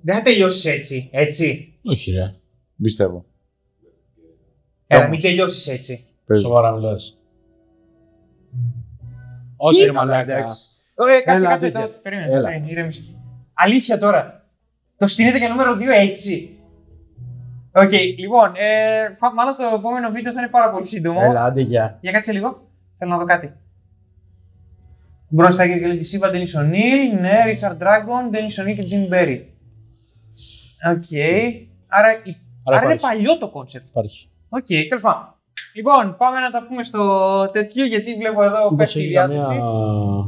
Speaker 2: Δεν θα τελειώσεις έτσι, έτσι.
Speaker 3: Όχι, ρε.
Speaker 1: Πιστεύω.
Speaker 2: Έλα, μην τελειώσεις έτσι.
Speaker 1: Παίζει.
Speaker 3: Σοβαρά μιλά.
Speaker 1: Όχι, ρε
Speaker 2: Ωραία, ε, κάτσε,
Speaker 1: Έλα,
Speaker 2: κάτσε.
Speaker 1: τέτοια.
Speaker 2: Το... Περίμενε.
Speaker 1: Έλα.
Speaker 2: Ε, ηρέμησε. Αλήθεια τώρα. Το στείνεται για νούμερο 2 έτσι. Οκ, λοιπόν, ε, φα- μάλλον το επόμενο βίντεο θα είναι πάρα πολύ σύντομο.
Speaker 1: άντε γεια.
Speaker 2: Για κάτσε λίγο. Θέλω να δω κάτι. Μπροστά και λέει τη Σίβα, Ντένις Ονίλ, ναι, Ρίτσαρντ Ντράγκον, Ντένις Ονίλ και Τζιμ Μπέρι. Οκ. Άρα, η-
Speaker 3: Άρα
Speaker 2: άρα είναι
Speaker 3: υπάρχει.
Speaker 2: παλιό το κόνσεπτ.
Speaker 3: Υπάρχει.
Speaker 2: Οκ, τέλος πάντων. Λοιπόν, πάμε να τα πούμε στο τέτοιο, γιατί βλέπω εδώ
Speaker 3: Μήπως
Speaker 2: πέφτει η
Speaker 3: έχει
Speaker 2: διάθεση.
Speaker 3: καμία-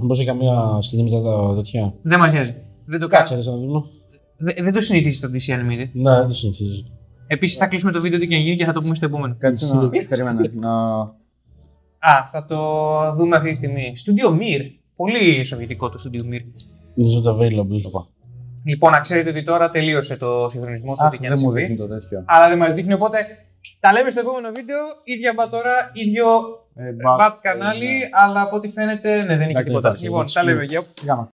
Speaker 3: Μήπως έχει καμία σκηνή μετά τα τέτοια.
Speaker 2: Δεν μας νοιάζει. Δεν το
Speaker 3: Κάτσε,
Speaker 2: κάτσε.
Speaker 3: ρε, να δούμε.
Speaker 2: Δεν το συνηθίζει το DC Animated.
Speaker 3: Ναι, δεν το συνηθίζει.
Speaker 2: Επίσης, θα κλείσουμε το βίντεο τι και να γίνει και θα το πούμε στο επόμενο.
Speaker 1: Κάτσε να. Περίμενε. Να.
Speaker 2: Α, θα το δούμε αυτή τη στιγμή. Studio Mir. Πολύ σοβιετικό το Studio Mir.
Speaker 3: Είναι not available.
Speaker 2: Λοιπόν, να ξέρετε ότι τώρα τελείωσε το συγχρονισμό σου,
Speaker 1: Αχ,
Speaker 2: ό,τι και να
Speaker 1: δεν μου
Speaker 2: συμβεί.
Speaker 1: δείχνει το τέτοιο.
Speaker 2: Αλλά δεν μας δείχνει, οπότε τα λέμε στο επόμενο βίντεο. ίδια μπατόρα, ίδιο
Speaker 1: Ε, μπα-
Speaker 2: μπατ κανάλι, αλλά από ό,τι φαίνεται, ναι, δεν είχε
Speaker 1: Εντάξει,
Speaker 2: τίποτα.
Speaker 1: εντάξει, ναι.
Speaker 2: Λοιπόν, τα λέμε. Γεια.
Speaker 1: Σιγά μας.